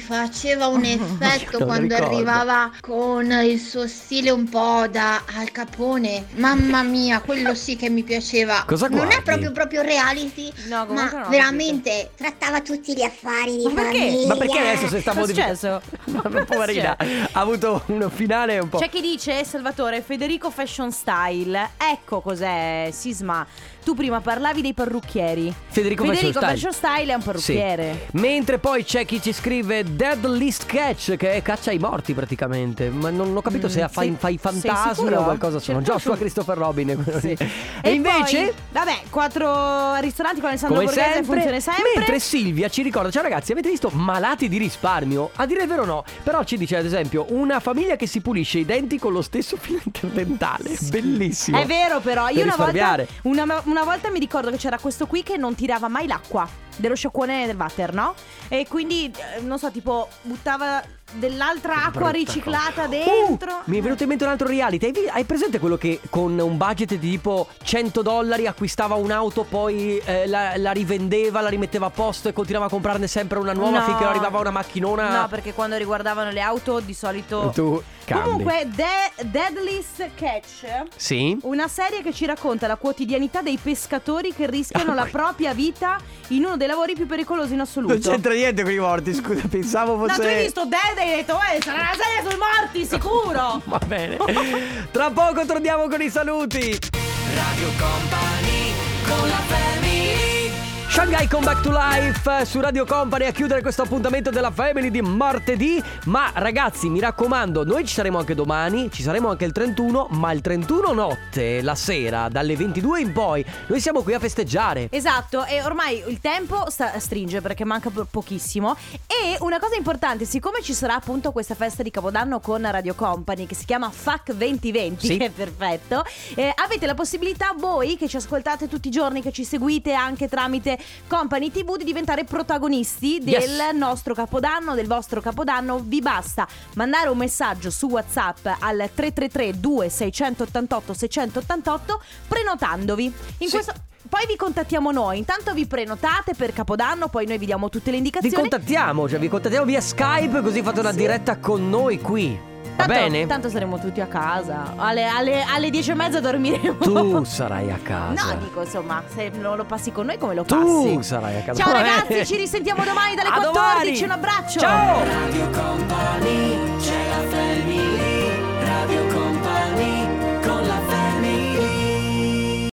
[SPEAKER 2] *laughs*
[SPEAKER 13] faceva un
[SPEAKER 14] io non
[SPEAKER 13] effetto
[SPEAKER 14] lo
[SPEAKER 13] quando
[SPEAKER 14] ricordo.
[SPEAKER 13] arrivava con il suo stile un po' da Al Capone. Mamma mia, quello sì che mi piaceva.
[SPEAKER 2] Cosa
[SPEAKER 13] non
[SPEAKER 2] guardi?
[SPEAKER 13] è proprio proprio reality,
[SPEAKER 1] comunque
[SPEAKER 13] ma
[SPEAKER 1] no,
[SPEAKER 13] veramente trattava tutti gli affari di
[SPEAKER 1] Ma perché?
[SPEAKER 13] famiglia.
[SPEAKER 2] Ma perché adesso si sta
[SPEAKER 1] Cosa è
[SPEAKER 2] modificando? *laughs* Poverina, ha avuto un finale un po'.
[SPEAKER 1] C'è chi dice, Salvatore, Federico Fashion Style. Ecco cos'è, Sisma. Tu prima parlavi dei parrucchieri.
[SPEAKER 2] Federico Fashion Style.
[SPEAKER 1] Fashion Style è un parrucchiere.
[SPEAKER 2] Sì. Mentre poi c'è chi ci scrive Deadly Sketch, che è caccia ai morti praticamente. Ma non ho capito
[SPEAKER 1] Mm,
[SPEAKER 2] se fa
[SPEAKER 1] sì.
[SPEAKER 2] i
[SPEAKER 1] Sei
[SPEAKER 2] fai fantasmi
[SPEAKER 1] sicuro?
[SPEAKER 2] o qualcosa. Sono
[SPEAKER 1] Cerco-
[SPEAKER 2] Joshua Christopher Robin. quello lì. E,
[SPEAKER 1] E
[SPEAKER 2] invece.
[SPEAKER 1] poi, vabbè, quattro ristoranti con Alessandro
[SPEAKER 2] Come
[SPEAKER 1] Borghese
[SPEAKER 2] sempre,
[SPEAKER 1] funziona sempre.
[SPEAKER 2] mentre Silvia ci ricorda, ciao ragazzi, avete visto Malati di risparmio? A dire il vero no, però ci dice ad esempio una famiglia che si pulisce i denti con lo stesso filo interdentale, bellissimo.
[SPEAKER 1] È vero però,
[SPEAKER 2] Per
[SPEAKER 1] io una volta,
[SPEAKER 2] risparmiare.
[SPEAKER 1] una, una volta mi ricordo che c'era questo qui che non tirava mai l'acqua dello sciacquone del water, no? E quindi, eh, non so, tipo buttava dell'altra acqua
[SPEAKER 2] brutta
[SPEAKER 1] riciclata
[SPEAKER 2] Uh,
[SPEAKER 1] dentro.
[SPEAKER 2] mi è venuto in mente un altro reality. Hai, vi- hai presente quello che con un budget di tipo 100 dollari acquistava un'auto, poi eh, la, la rivendeva, la rimetteva a posto e continuava a comprarne sempre una nuova
[SPEAKER 1] No.
[SPEAKER 2] finché non arrivava una macchinona?
[SPEAKER 1] No, perché quando riguardavano le auto di solito...
[SPEAKER 2] Tu cambi.
[SPEAKER 1] Comunque, De- Deadly Catch.
[SPEAKER 2] Sì.
[SPEAKER 1] Una serie che ci racconta la quotidianità dei pescatori che rischiano la propria vita in uno dei lavori più pericolosi in assoluto.
[SPEAKER 2] Ah, Non c'entra niente con i morti, scusa, pensavo
[SPEAKER 1] No,
[SPEAKER 2] fosse...
[SPEAKER 1] tu hai visto Dead e hai detto, eh, sarà una serie sui morti, sicuro!
[SPEAKER 2] *laughs* Va bene. Tra poco torniamo con i saluti. Radio Company con la Shanghai Come Back to Life eh, su Radio Company a chiudere questo appuntamento della Family di martedì. Ma ragazzi, mi raccomando, noi ci saremo anche domani, ci saremo anche il 31, ma il 31 notte, la sera, dalle 22 in poi, noi siamo qui a festeggiare.
[SPEAKER 1] Esatto, e ormai il tempo sta- stringe perché manca po- pochissimo. E una cosa importante, siccome ci sarà appunto questa festa di Capodanno con Radio Company che si chiama FAC 2020,
[SPEAKER 15] Sì.
[SPEAKER 1] che è *laughs* perfetto, eh, avete la possibilità voi che ci ascoltate tutti i giorni, che ci seguite anche tramite Company TV, di diventare protagonisti del
[SPEAKER 15] Yes.
[SPEAKER 1] nostro Capodanno, del vostro Capodanno. Vi basta mandare un messaggio su WhatsApp al 333 2688 688 prenotandovi. In questo- Poi vi contattiamo noi, intanto vi prenotate per Capodanno, poi noi vi diamo tutte le
[SPEAKER 2] Vi
[SPEAKER 1] indicazioni.
[SPEAKER 2] contattiamo, cioè vi contattiamo via Skype così fate una diretta con noi qui. Va
[SPEAKER 1] Tanto-
[SPEAKER 2] bene?
[SPEAKER 1] Tanto saremo tutti a casa. Alle, alle, alle 10 e mezza dormiremo.
[SPEAKER 2] Tu sarai a casa.
[SPEAKER 1] No, dico insomma, se non lo passi con noi, come lo passi?
[SPEAKER 2] tu sarai a *laughs* casa.
[SPEAKER 1] Ciao
[SPEAKER 2] Va bene.
[SPEAKER 1] ragazzi, ci risentiamo domani dalle
[SPEAKER 2] A domani.
[SPEAKER 1] 14. Un abbraccio.
[SPEAKER 2] Ciao.
[SPEAKER 1] Radio Company